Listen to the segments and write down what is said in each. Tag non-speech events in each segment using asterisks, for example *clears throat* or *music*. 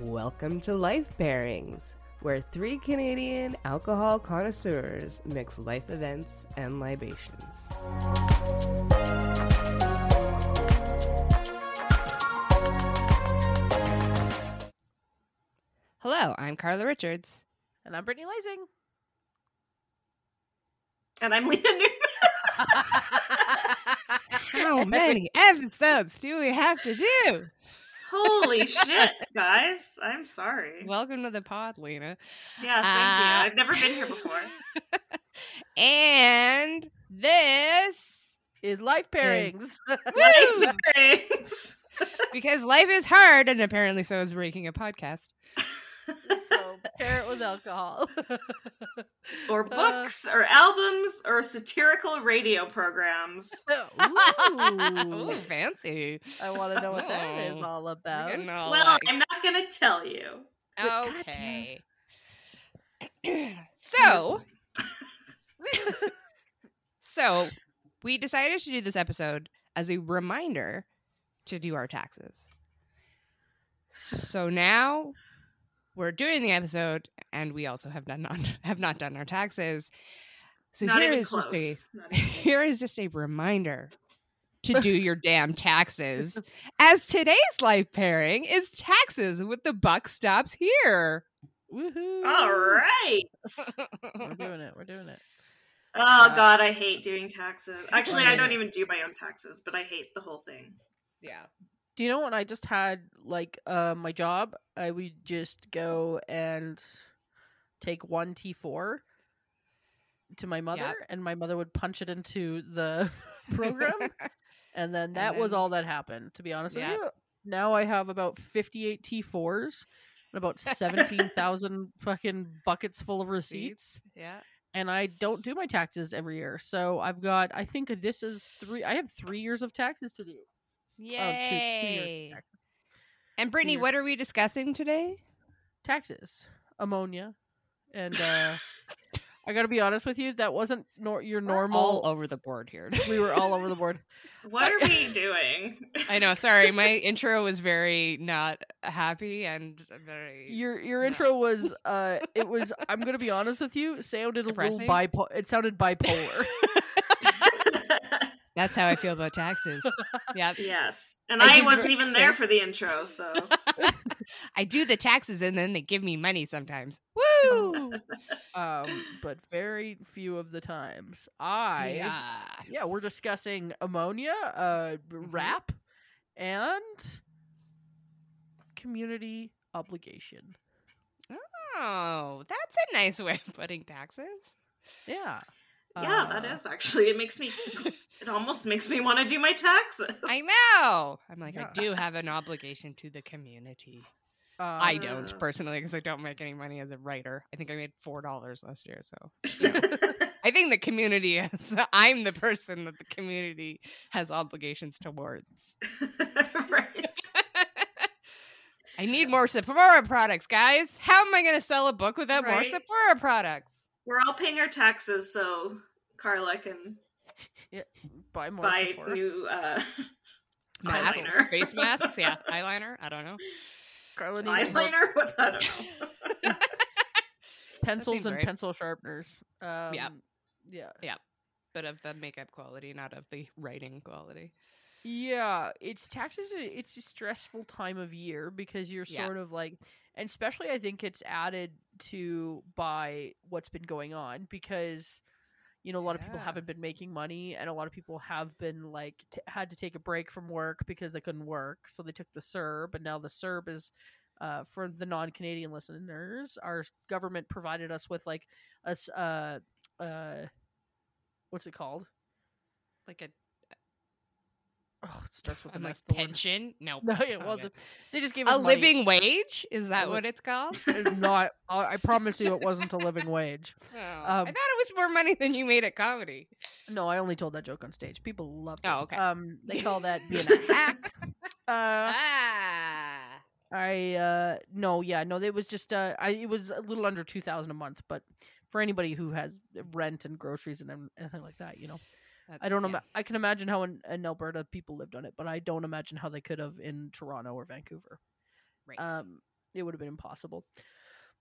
Welcome to Life Pairings, where three Canadian alcohol connoisseurs mix life events and libations. Hello, I'm Carla Richards. And I'm Brittany Lazing. *laughs* And I'm *laughs* Lena Newman. *laughs* How many episodes do we have to do? *laughs* Holy shit, guys. I'm sorry. Welcome to the pod, Lena. yeah, uh, thank you. I've never been here before. *laughs* And this Is life pairings. Woo! Life pairings. because life is hard, and apparently so is making a podcast. *laughs* so pair it with alcohol. *laughs* Uh, or books, or albums, or satirical radio programs. *laughs* Ooh, fancy. I want to know what that is Oh. all We're about. getting all, well, like- I'm not going to tell you. Goddamn. okay. *clears throat* so, *laughs* so we decided to do this episode as a reminder to do our taxes. So now we're doing the episode, and we also have done not *laughs* have not done our taxes. So not here even is close. just *laughs* a Not even close. here is just a reminder to do *laughs* your damn taxes. As today's life pairing is taxes with the buck stops here. Woohoo. All right. We're doing it. We're doing it. Oh Uh, god, I hate doing taxes. Actually, I Right. don't even do my own taxes, but I hate the whole thing. *laughs* Yeah. Do you know when I just had like uh, my job? I would just go and take one T four to my mother, and my mother would punch it into the *laughs* *laughs* program, and then that was then- all that happened. To be honest Yeah. with you, now I have about fifty eight T fours and *laughs* about seventeen thousand fucking buckets full of receipts yeah. and I don't do my taxes every year. So I've got I think this is three I have three years of taxes to do. Oh, two, two years Yay. of taxes. And Brittany, years. what are we discussing today? Taxes. Ammonia. And *laughs* uh I gotta be honest with you, that wasn't nor your We're all normal over the board *laughs* here. we were all over the board. What are we doing? *laughs* I know. Sorry, my intro was very not happy and very. Your your No. intro was uh it was I'm gonna be honest with you, sounded Depressing? a little bipolar it sounded bipolar. That's how I feel about *laughs* taxes. yeah, *laughs* yes. And I I, did wasn't ver- even there say- for the intro, so I do the taxes and then they give me money sometimes. Woo! um but very few of the times. I yeah. yeah, we're discussing ammonia, uh, rap, and community obligation. Oh, that's a nice way of putting taxes. Yeah. Yeah, that Uh, is actually. It makes me. *laughs* It almost makes me want to do my taxes. I *laughs* know. I'm like, I Yeah. do have an obligation to the community. uh, I don't Ah. personally because I don't make any money as a writer. I think I made four dollars last year, so I think the community is. *laughs* I'm the person that the community has obligations towards. right. I need more Sephora products, guys. How am I going to sell a book without more Right. Sephora products? We're all paying our taxes, so Carla can Buy more buy Sephora. new. *laughs* Uh, Masks, Eyeliner. face masks, yeah, eyeliner. I don't know. *laughs* Carla needs more eyeliner. What I *laughs* don't know. pencils seems and right. pencil sharpeners. Um, Yeah. But of the makeup quality, not of the writing quality. Yeah, it's taxes. i- It's a stressful time of year because you're Yeah. sort of like, and especially I think it's added to by what's been going on because, you know, a lot of people Yeah. haven't been making money and a lot of people have been like t- had to take a break from work because they couldn't work, so they took the SERB, and now the SERB is. Uh, for the non-Canadian listeners, our government provided us with like us uh uh, what's it called? Like a Oh, it starts with I'm an like S, the word. pension. No, *laughs* No, that's yeah, not well, it. the- they just gave us a money. living wage. Is that li- what it's called? *laughs* *laughs* It's not. I I promise you, it wasn't a living wage. Oh, I Um, thought it was more money than you made at *laughs* comedy. *laughs* No, I only told that joke on stage. People loved it. Oh, okay. Um, they call *laughs* that being a *laughs* hack. Uh, ah, I uh, no, yeah, no, it was just uh, I it was a little under two thousand a month, but for anybody who has rent and groceries and em- anything like that, you know, I That's- don't know. yeah. I can imagine how in, in Alberta people lived on it, but I don't imagine how they could have in Toronto or Vancouver. Right. Um, it would have been impossible.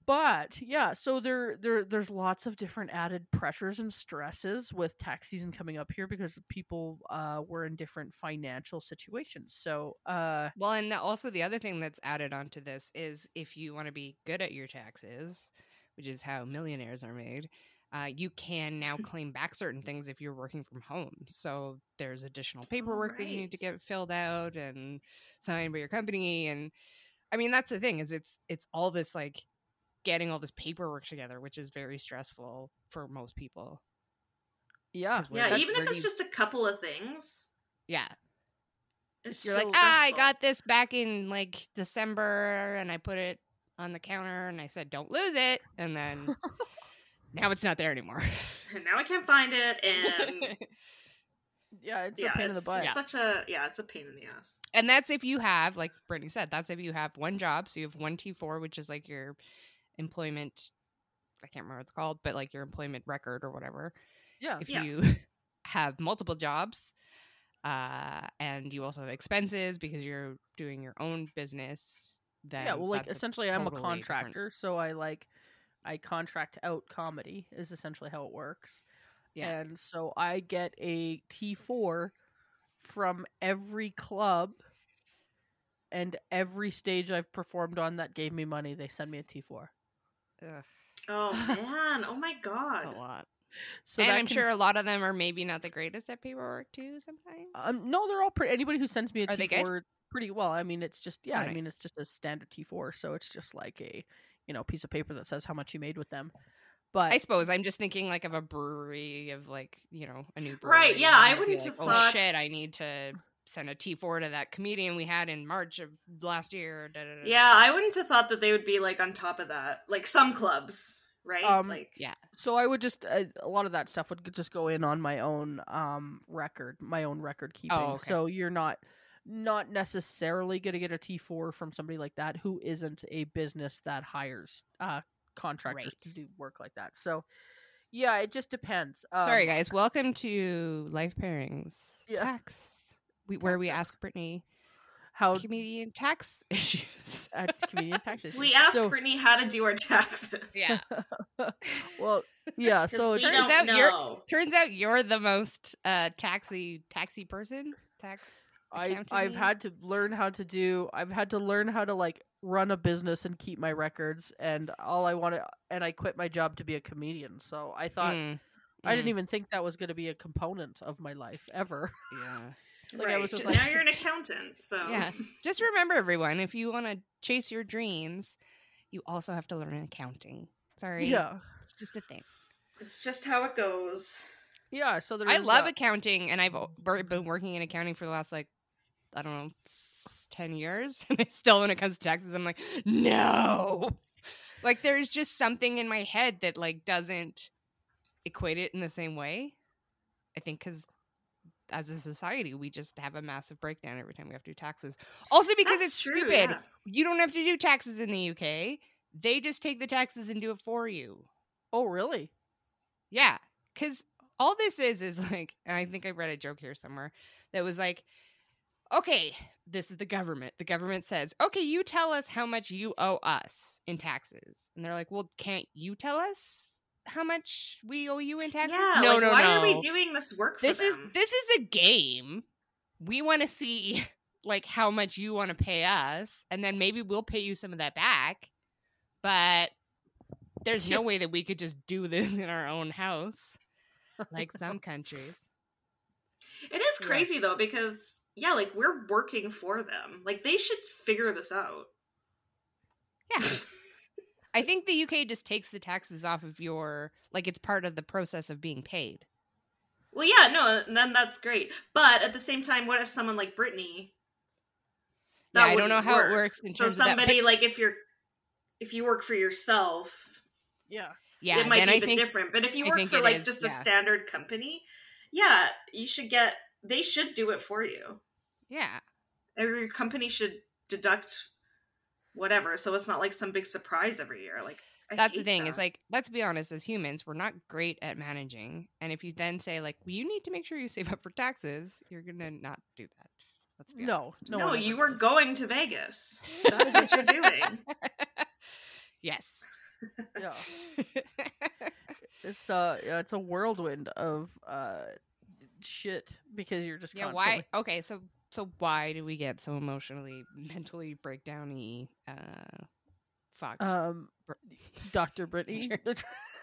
But yeah, so there there there's lots of different added pressures and stresses with tax season coming up here because people uh, were in different financial situations. So uh, Well, and the, also the other thing that's added onto this is if you want to be good at your taxes, which is how millionaires are made, uh, you can *laughs* now claim back certain things if you're working from home. So there's additional paperwork that you need to right. get filled out and signed by your company. And I mean, that's the thing is it's it's all this like getting all this paperwork together, which is very stressful for most people. yeah, *laughs* 'Cause we're- Yeah, that's even if already- it's just a couple of things, Yeah, it's You're so like, ah, I stressful." got this back in like December, and I put it on the counter, and I said, "Don't lose it," and then now it's not there anymore. *laughs* And now I can't find it, and *laughs* yeah, it's yeah, a pain in it's the butt. just such a yeah, it's a pain in the ass. and that's if you have, like Brittany said, that's if you have one job. So you have one T four, which is like your employment. I can't remember what it's called, but like your employment record or whatever. Uh, Yeah, If Yeah. you *laughs* have multiple jobs, uh, and you also have expenses because you're doing your own business, then yeah. Well, like that's a- essentially, I'm a totally different- contractor, so I like I contract out comedy is essentially how it works. Yeah. and so I get a T four from every club and every stage I've performed on that gave me money. They send me a T four. Ugh, *laughs* Oh man, oh my god. that's a lot. So and that I'm can- sure a lot of them are maybe not the greatest at paperwork too. Sometimes. Um, no, they're all pretty. Anybody who sends me a Are they T good? four pretty well. I mean, it's just yeah. Oh, I mean, nice. it's just a standard T four, so it's just like a you know piece of paper that says how much you made with them. But I suppose I'm just thinking like of a brewery of like you know a new brewery. Right, and yeah, I they'd be wouldn't have oh thought- shit, I need to send a T four to that comedian we had in March of last year. da, da, da, da." Yeah, I wouldn't have thought that they would be like on top of that. Like some clubs, right? Um, like yeah. so I would just uh, a lot of that stuff would g- just go in on my own um record, my own record keeping. Oh, okay. So you're not not necessarily going to get a T four from somebody like that who isn't a business that hires uh contractors to Right. do work like that. So yeah, it just depends. Sorry Um, guys, welcome to Life Pairings Yeah. Tax, we, where Tax Oh we sucks. ask Brittany How comedian tax *laughs* issues. uh, comedian tax issues. We asked So- Brittany how to do our taxes. Yeah. *laughs* well, yeah. 'Cause So we it's turns don't out know. you're- *laughs* Turns out you're the most uh taxi taxy person. Tax. I, accounting I've maybe? had to learn how to do. I've had to learn how to like run a business and keep my records. And all I want to, and I quit my job to be a comedian. So I thought Mm, I didn't mm, even think that was going to be a component of my life ever. *laughs* Yeah. Like right. I was just now like, you're an accountant, so Yeah. Just remember, everyone, if you want to chase your dreams, you also have to learn accounting. Sorry. yeah, It's just a thing. it's just how it goes. yeah. So there's I love uh, accounting, and I've o- bur- been working in accounting for the last, like, I don't know, s- 10 years. *laughs* And I still, when it comes to taxes, I'm like, no. Like, there's just something in my head that, like, doesn't equate it in the same way. I think because as a society, we just have a massive breakdown every time we have to do taxes. Also, because That's it's true, stupid. yeah. you don't have to do taxes in the UK. They just take the taxes and do it for you. Oh, really? Yeah. Cause all this is is like, and I think I read a joke here somewhere that was like, okay, this is the government. The government says, okay, you tell us how much you owe us in taxes. And they're like, well, can't you tell us how much we owe you in taxes? Yeah, no, like, no, why no. are we doing this work for this is them? this is a game. We want to see *laughs* like how much you want to pay us, and then maybe we'll pay you some of that back. But there's *laughs* no way that we could just do this in our own house, like *laughs* some countries. It is Yeah. crazy though because yeah, like we're working for them. Like they should figure this out. Yeah, I think the UK just takes the taxes off of your like it's part of the process of being paid. *laughs* Well, yeah, no, and then that's great. But at the same time, what if someone like Brittany? Yeah, I don't wouldn't know how it works in so terms of that, somebody like if you're if you work for yourself, Yeah. Yeah, it might then be I a bit think different. But if you I work think for it like is, just a yeah. standard company, yeah, you should get. They should do it for you. yeah, Every company should deduct whatever, so it's not like some big surprise every year. Like I that's the hate thing that. is like let's be honest as humans we're not great at managing and if you then say like well, you need to make sure you save up for taxes you're gonna not do that Let's be No, honest. no. no, one you ever were does. going to Vegas. That's what you're doing. Yes. *laughs* *laughs* Yeah. It's a yeah, it's a whirlwind of uh shit because you're just yeah. constantly Why? Okay. So so why do we get so emotionally, mentally breakdowny? Uh, Fox, um Dr. Brittany. Sure.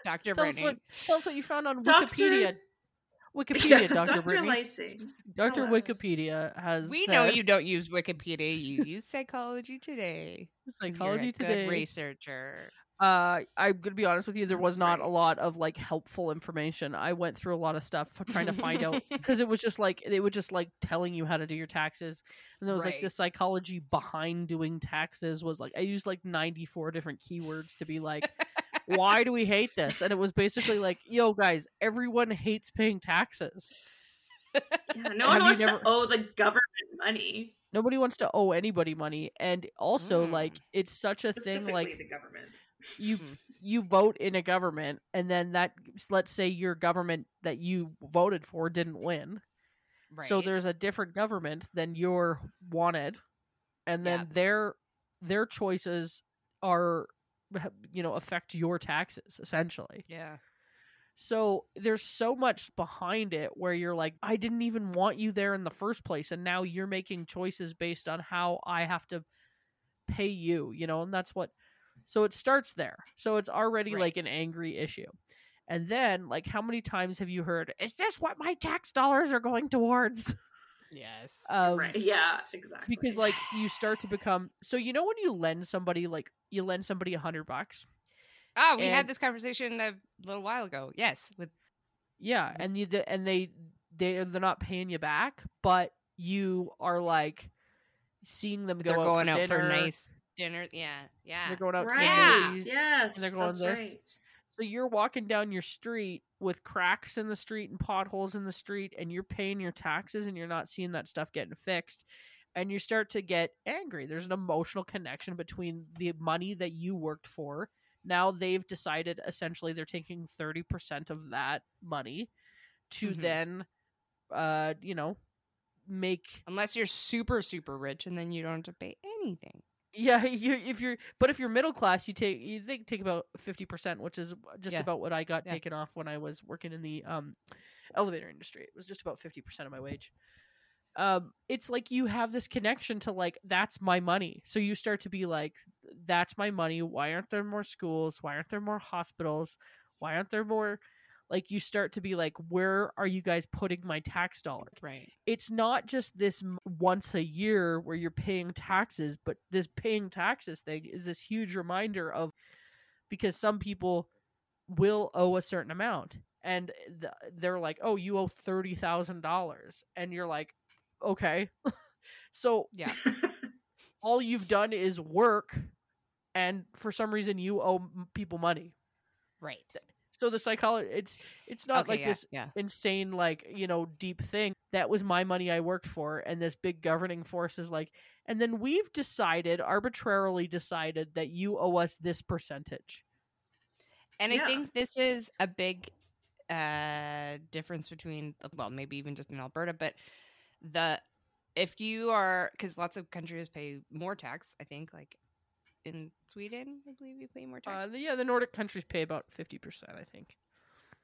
Doctor tell us Brittany. what *laughs* tell us what you found on Doctor- Wikipedia. *laughs* *laughs* Wikipedia, Dr. Dr. Brittany. Lysing. Dr. tell us. Wikipedia has we know said- *laughs* you don't use Wikipedia. You use Psychology Today. 'cause you're psychology a today. Good researcher. Uh, I'm gonna be honest with you. There was That's not right. a lot of like helpful information. I went through a lot of stuff for trying to *laughs* find out because it was just like they were just like telling you how to do your taxes, and there was like the Right. psychology behind doing taxes was like I used like 94 different keywords to be like, why do we hate this? And it was basically like, yo guys, everyone hates paying taxes. Yeah, *laughs* no one you wants never- to owe the government money. Nobody wants to owe anybody money, and also Mm. like it's such a thing specifically like the government. you Mhm. you vote in a government and then that let's say your government that you voted for didn't win so Right. there's a different government than your wanted and then Yeah. their their choices are you know affect your taxes essentially yeah. so there's so much behind it where you're like i didn't even want you there in the first place and now you're making choices based on how i have to pay you you know and that's what so it starts there so it's already Right. like an angry issue and then like how many times have you heard is this what my tax dollars are going towards Yes. um, right. Yeah, exactly. because like you start to become so you know when you lend somebody like you lend somebody a hundred bucks Ah, we had and- this conversation a little while ago. Yes, with Yeah, Mhm. and you th- and they they they're not paying you back, but you are like seeing them go they're out going for out dinner, for nice dinner. Yeah, yeah. They're going out to right. the Yeah. movies. Yes. and they're going that's this. right. So you're walking down your street with cracks in the street and potholes in the street, and you're paying your taxes, and you're not seeing that stuff getting fixed. And you start to get angry. There's an emotional connection between the money that you worked for. Now they've decided essentially they're taking 30% of that money to Mhm. then, uh, you know, make Unless you're super super rich, and then you don't have to pay anything. Yeah, *laughs* you if you're but if you're middle class, you take you think take about fifty percent, which is just Yeah. about what I got Yeah. taken off when I was working in the um elevator industry. It was just about fifty percent of my wage. Um, it's like you have this connection to like that's my money, so you start to be like, that's my money. Why aren't there more schools? Why aren't there more hospitals? Why aren't there more? Like you start to be like, where are you guys putting my tax dollar? Right. it's not just this m- once a year where you're paying taxes, but this paying taxes thing is this huge reminder of because some people will owe a certain amount and th- they're like, "Oh, you owe $30,000." And you're like, "Okay." *laughs* so Yeah. *laughs* all you've done is work and for some reason you owe m- people money. Right. So the psychology it's it's not okay, like yeah, this Yeah. insane like you know deep thing that was my money i worked for and this big governing force is like and then we've decided arbitrarily decided that you owe us this percentage And I Yeah. think this is a big uh difference between well, maybe even just in Alberta, but the if you are because lots of countries pay more tax, I think, like in Sweden, I believe you pay more uh, tax. the, yeah the nordic countries pay about 50% i think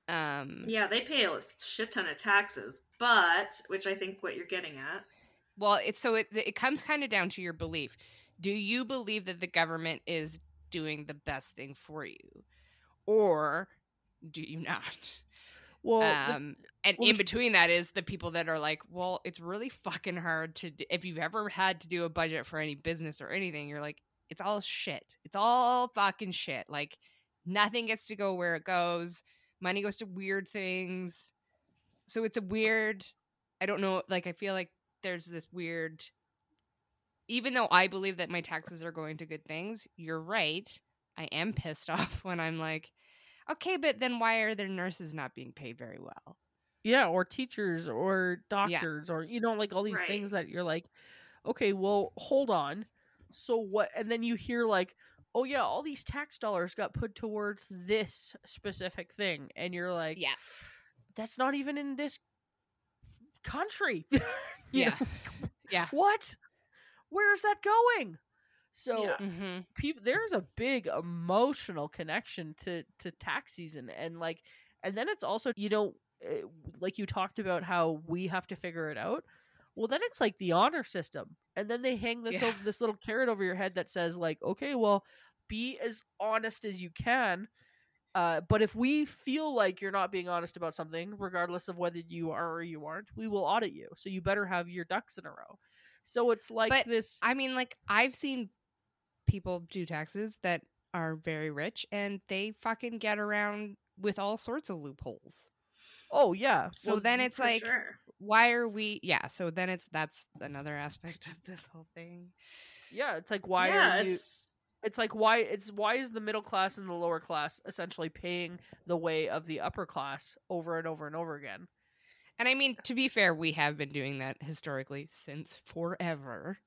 um Yeah, they pay a shit ton of taxes, but which I think what you're getting at. Well, it's so it it comes kind of down to your belief. Do you believe that the government is doing the best thing for you, or do you not? well the- um, and well, in the- between that is the people that are like, well, it's really fucking hard to. d- If you've ever had to do a budget for any business or anything, you're like, it's all shit. It's all fucking shit. Like nothing gets to go where it goes. Money goes to weird things. So it's a weird. I don't know. Like I feel like there's this weird. Even though I believe that my taxes are going to good things, you're right. I am pissed *laughs* off when I'm like, okay, but then why are their nurses not being paid very well? yeah or teachers or doctors or you know like all these Right. things that you're like okay well hold on so what and then you hear like oh yeah all these tax dollars got put towards this specific thing and you're like Yeah. that's not even in this country *laughs* you Yeah. know? *laughs* Yeah. What? Where's that going? So Yeah. Mm-hmm. people there's a big emotional connection to to tax season and like and then it's also you know eh, like you talked about how we have to figure it out well then it's like the honor system and then they hang this Yeah. over this little carrot over your head that says like okay well be as honest as you can uh, but if we feel like you're not being honest about something regardless of whether you are or you aren't we will audit you so you better have your ducks in a row so it's like But this I mean, like I've seen people do taxes that are very rich, and they fucking get around with all sorts of loopholes. oh yeah So then it's For like, sure. why are we? Yeah. So then it's that's another aspect of this whole thing. Yeah, it's like why yeah, are you? It's... it's like why it's why is the middle class and the lower class essentially paying the way of the upper class over and over and over again? And I mean, to be fair, we have been doing that historically since forever.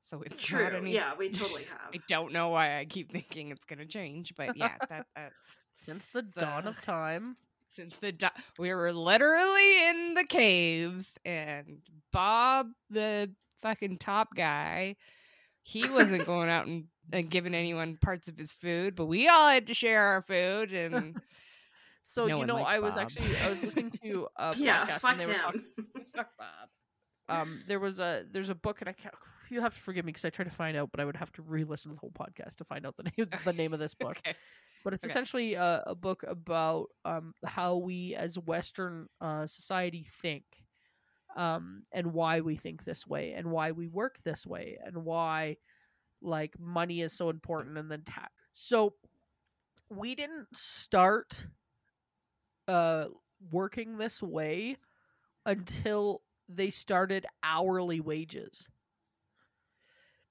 So it's true. Not any- *laughs* Yeah, we totally have. I don't know why I keep thinking it's gonna change, but yeah, *laughs* that, that's Since the dawn of Ugh. time, since the do- we were literally in the caves, and Bob, the fucking top guy, he wasn't going out and, and giving anyone parts of his food, but we all had to share our food, and so No you one know, liked I was Bob. actually I was listening *laughs* to a yeah, podcast fuck and they him. were talking. Um, there was a there's a book and I can't. You have to forgive me because I tried to find out, but I would have to re-listen to the whole podcast to find out the name the name of *laughs* this book. okay, but it's Okay. essentially uh, a, a book about um, how we as Western uh, society think um, and why we think this way and why we work this way and why like money is so important and then tax. So we didn't start uh, working this way until they started hourly wages.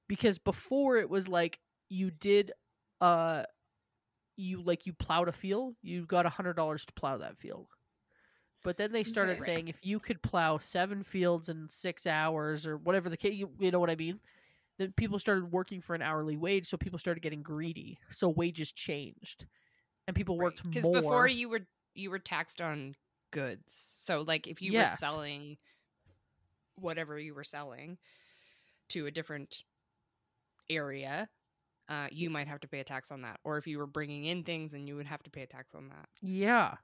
Because before it was like you did uh you like you plowed a field, you got a hundred dollars to plow that field. But then they started Right. saying if you could plow seven fields in six hours or whatever the case, you, you know what I mean. Then people started working for an hourly wage, so people started getting greedy. So wages changed, and people worked because more. before you were you were taxed on goods, so like if you were Yes. selling whatever you were selling to a different area. Uh, you might have to pay a tax on that, or if you were bringing in things, and you would have to pay a tax on that. Yeah.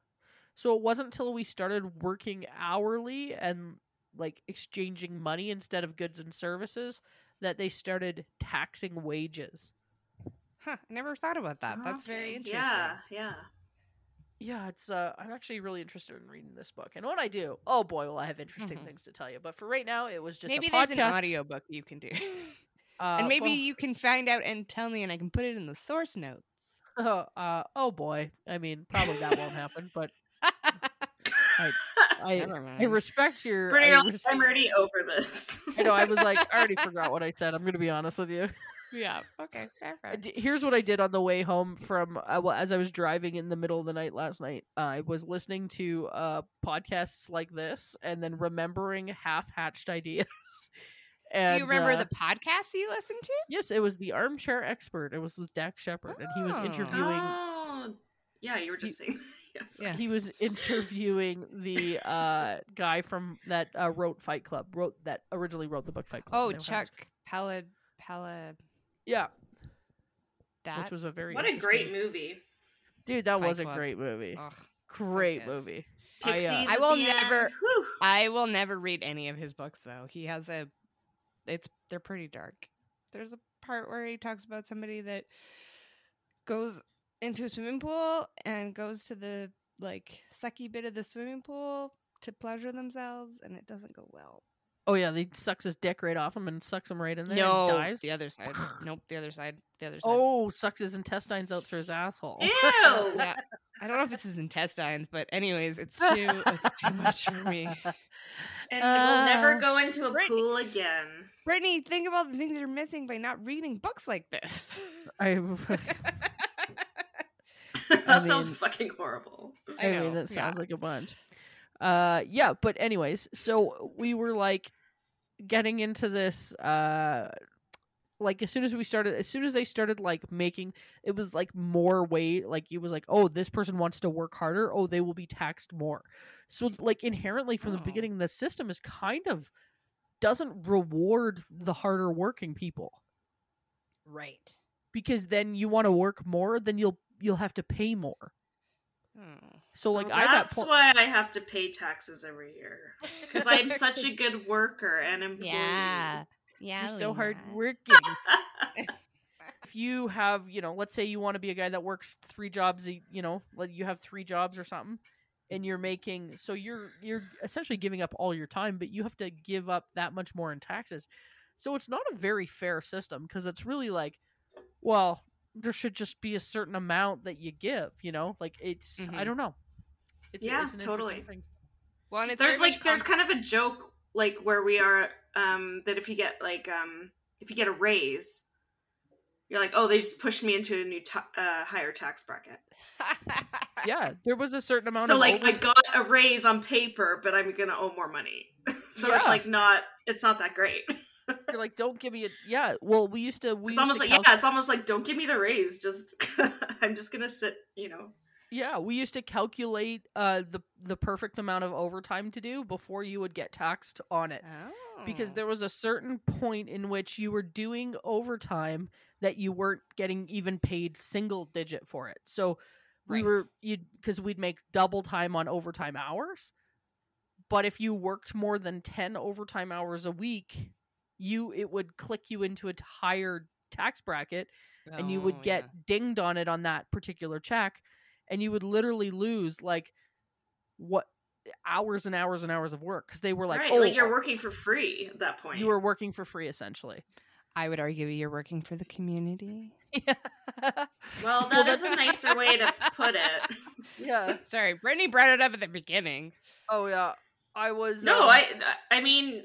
So it wasn't until we started working hourly and like exchanging money instead of goods and services that they started taxing wages. Huh, I never thought about that. That's very Okay, interesting. Yeah, yeah. Yeah, it's uh I'm actually really interested in reading this book. And when I do, oh boy, will I have interesting Mhm. things to tell you. But for right now, it was just maybe a there's an podcast. audiobook you can do. *laughs* uh, and maybe well- you can find out and tell me and I can put it in the source notes. uh, oh boy. I mean, probably that won't happen, but *laughs* I Never I mind. respect your Brittany, I, *laughs* I'm res- already over this. I know I was like *laughs* I already forgot what I said. I'm going to be honest with you. yeah. Okay. Fair, I fair. d- here's what I did on the way home from uh, well, as I was driving in the middle of the night last night. I was listening to uh, podcasts like this and then remembering half-hatched ideas. Do And, you remember uh, the podcast you listened to? Yes, it was the Armchair Expert. It was with Dak Shepard, and he was Oh. interviewing. oh, yeah, you were just saying. *laughs* yes. Yeah. He was *laughs* interviewing the uh, guy from that uh, wrote Fight Club, wrote that originally wrote the book Fight Club. Oh, They were having- Chuck Pella Pella Yeah, that. which was a very What a great interesting- movie. dude. That Fight was a Club. Oh, great movie. Ugh. great good. movie. I, uh, Pixies. I at will the end. never- *laughs* Whew. I will never read any of his books though. He has a it's they're pretty dark. There's a part where he talks about somebody that goes into a swimming pool and goes to the like sucky bit of the swimming pool to pleasure themselves and it doesn't go well. Oh yeah, they sucks his dick right off him and sucks him right in there. no, and dies. the other *sighs* side. nope, the other side. The other side. Oh, sucks his intestines out through his asshole. Ew. Yeah. I don't know if it's his intestines, but anyways, it's *laughs* too it's too much for me. And we'll never Uh, go into a Brittany- pool again. *laughs* Brittany, think of all the things you're missing by not reading books like this. *laughs* *laughs* I, *laughs* that sounds mean- fucking horrible. I, know, mean, that yeah. sounds like a bunch. Uh, yeah, but anyways, so we were like getting into this. Uh, like as soon as we started, as soon as they started like making, it was like more weight. Like it was like, oh, this person wants to work harder. Oh, they will be taxed more. So like inherently from the Oh. beginning, the system is kind of doesn't reward the harder working people Right. because then you want to work more, then you'll you'll have to pay more. Oh. So like Well, I got that's po- why I have to pay taxes every year because I'm *laughs* such a good worker and employee. *laughs* Yeah. Yeah. you're so hard Lena. working. if you have, you know, let's say you want to be a guy that works three jobs, a, you know, like you have three jobs or something and you're making so you're you're essentially giving up all your time, but you have to give up that much more in taxes. So it's not a very fair system because it's really like well, there should just be a certain amount that you give, you know? Like it's I Mhm. don't know. It's, Yeah, it's an totally. interesting thing. Well, and it's there's very like much there's con- kind of a joke like where we are um that if you get like um if you get a raise you're like oh they just pushed me into a new ta- uh, higher tax bracket *laughs* Yeah, there was a certain amount so of like i overtime- got a raise on paper but i'm gonna owe more money *laughs* so Yeah. it's like not it's not that great You're like, don't give me a yeah. Well, we used to we it's used almost to like calc- yeah it's almost like don't give me the raise just *laughs* i'm just gonna sit you know yeah. we used to calculate uh the the perfect amount of overtime to do before you would get taxed on it because Oh. there was a certain point in which you were doing overtime that you weren't getting even paid single digit for it. So we Right. were you because we'd make double time on overtime hours. But if you worked more than 10 overtime hours a week, you it would click you into a t- higher tax bracket and you Oh, would get yeah. dinged on it on that particular check and you would literally lose like what hours and hours and hours of work because they were like right oh like you're working for free at that point you were working for free *laughs* essentially I would argue you're working for the community. well that is a nicer way to put it yeah Sorry, Brittany brought it up at the beginning. oh yeah i was no um, i i mean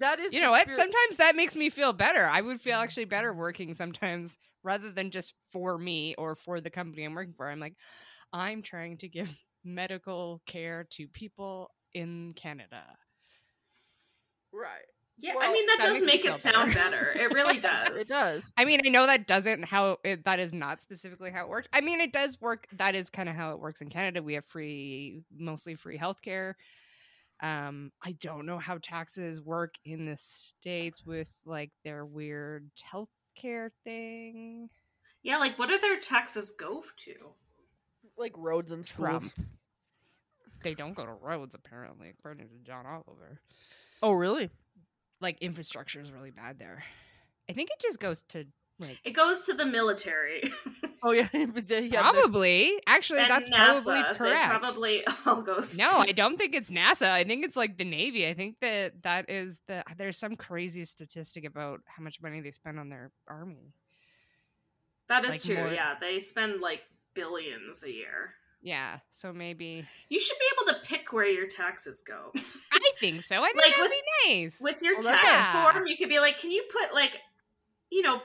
that is You the know what? spirit- Sometimes that makes me feel better. I would feel actually better working sometimes rather than just for me or for the company I'm working for. I'm like, I'm trying to give *laughs* medical care to people in Canada. right Yeah, I Well, mean that, that does makes me make it feel better. sound better. *laughs* It really does. it does I mean, I know that doesn't how it, that is not specifically how it works. I mean, it does work. That is kind of how it works in Canada. We have free, mostly free healthcare. Um, I don't know how taxes work in the states with like their weird healthcare thing. Yeah, like what do their taxes go to? like roads and schools Trump. They don't go to roads apparently, according to John Oliver. oh really Like infrastructure is really bad there. I think it just goes to like It goes to the military. *laughs* oh yeah, *laughs* but the- yeah the- probably. Actually, and that's NASA. probably correct. They probably *laughs* all goes. No, I to- don't think it's NASA. I think it's like the Navy. I think that that is the there's some crazy statistic about how much money they spend on their army. That is like, true. more- Yeah, they spend like billions a year. Yeah, so maybe You should be able to pick where your taxes go. *laughs* I think so. I think Like that'd with- be nice. With your Well, that's- tax Yeah. form, you could be like, "Can you put like, you know,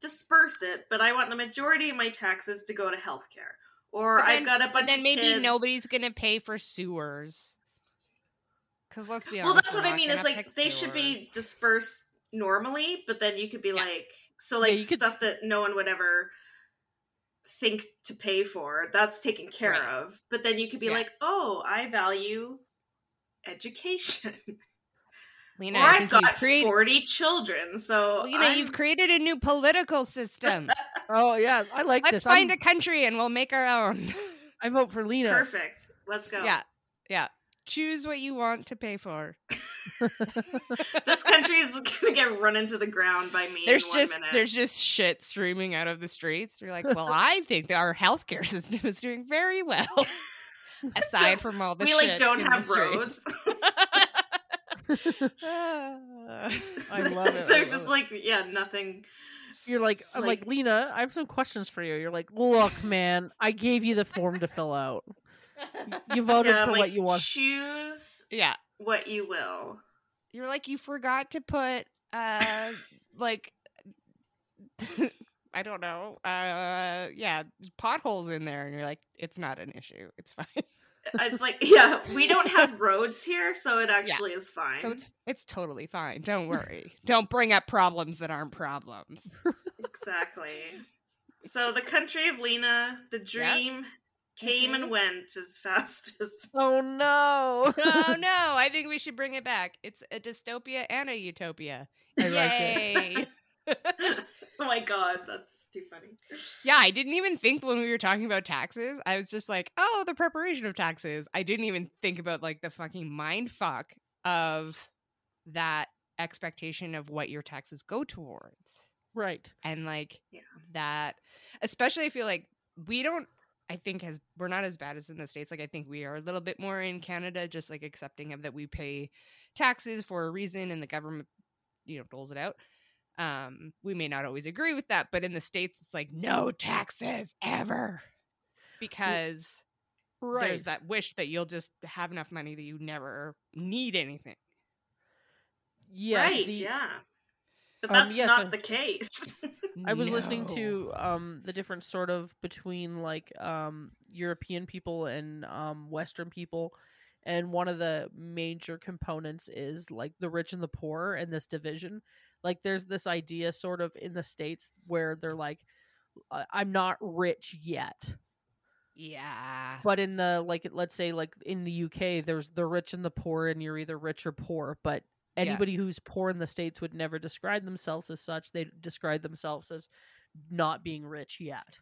disperse it, but I want the majority of my taxes to go to healthcare." Or But I've then- got a bunch but then of maybe kids. nobody's gonna pay for sewers. Because let's be honest. Well, that's we're what I not mean. gonna Is like fix they should sewers. be dispersed normally, but then you could be Yeah. like, so Yeah, like you could- stuff that no one would ever think to pay for, that's taken care Right. of. But then you could be Yeah. like, oh, I value *laughs* education, Lena, or I I've think you got create- forty children, so Lena, I'm- you've created a new political *laughs* system. oh yeah i like Let's this find I'm- a country and we'll make our own. *laughs* i vote for lena perfect. Let's go. yeah, yeah. Choose what you want to pay for. *laughs* this country is gonna get run into the ground by me. there's in one just minute. there's *laughs* just shit streaming out of the streets. You're like, well, I think that our healthcare *laughs* system is doing very *laughs* well, aside from all the we shit like don't in the have streets. roads. *laughs* Ah. *laughs* I love it, I there's love just it. like yeah, nothing. You're like, I'm like, Like- Lena, I have some questions for you. You're like, look, man, I gave you the form to fill out. You voted Yeah, for like, what you want. Choose *laughs* yeah, what you will. you're like you forgot to put *laughs* uh like *laughs* I don't know uh yeah potholes in there, and you're like it's not an issue, it's fine. *laughs* It's like, yeah, we don't have roads here, so it actually is fine. So it's it's totally fine. Don't worry. *laughs* don't bring up problems that aren't problems. *laughs* exactly. So the country of Lena, the dream came Mhm. and went as fast *laughs* as Oh no. oh no, I think we should bring it back. It's a dystopia and a utopia. I liked it. Yay. *laughs* oh my god, that's too funny. yeah, I didn't even think when we were talking about taxes, I was just like, oh, the preparation of taxes. I didn't even think about like the fucking mind fuck of that expectation of what your taxes go towards. *laughs* Right. and like Yeah. that especially i feel like we don't i think as we're not as bad as in the states like i think we are a little bit more in canada just like accepting of that we pay taxes for a reason and the government you know doles it out um we may not always agree with that but in the states it's like no taxes ever because Right. there's that wish that you'll just have enough money that you never need anything Yes, right, the- yeah. But Um, that's yes, not I- the case. *laughs* I was listening No. to um the difference sort of between like um European people and um Western people, and one of the major components is like the rich and the poor and this division. Like there's this idea sort of in the states where they're like, "I- I'm not rich yet, yeah but in the like let's say like in the UK there's the rich and the poor and you're either rich or poor, but Yeah. anybody who's poor in the states would never describe themselves as such. They describe themselves as not being rich yet.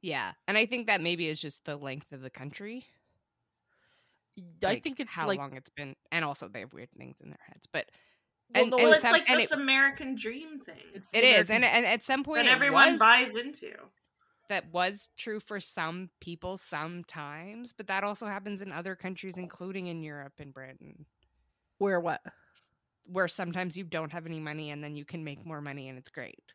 yeah and i think that maybe is just the length of the country I like, think it's how like long it's been, and also they have weird things in their heads. But well, and- no, and well, it's, it's some- like and this it- American dream thing it's the it is, and American- and at some point, that it everyone was- buys into. that was true for some people sometimes, but that also happens in other countries, including in Europe and Britain, where what? where sometimes you don't have any money and then you can make more money, and it's great.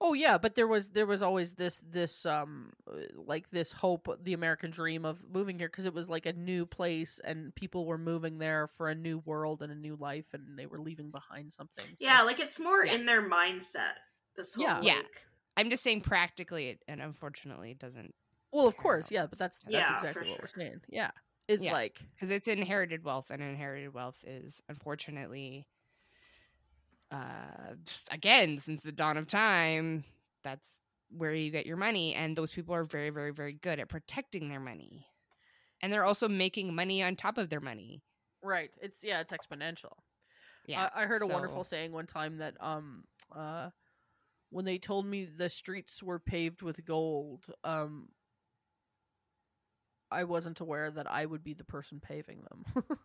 Oh yeah, but there was there was always this this um uh, like this hope, uh, the American dream of moving here because it was like a new place and people were moving there for a new world and a new life and they were leaving behind something. so- Yeah, like it's more Yeah. in their mindset. This whole Yeah. Yeah. like, I'm just saying, practically, it, and unfortunately, it doesn't Well, of Yeah, course, yeah, that's- but that's Yeah, that's for exactly what sure. we're saying. Yeah, it's Yeah. like because it's inherited wealth, and inherited wealth is unfortunately, uh, again, since the dawn of time, that's where you get your money, and those people are very, very, very good at protecting their money, and they're also making money on top of their money. right. It's yeah, it's exponential. Yeah, I, I heard a so- wonderful saying one time that um uh when they told me the streets were paved with gold, um I wasn't aware that I would be the person paving them. *laughs*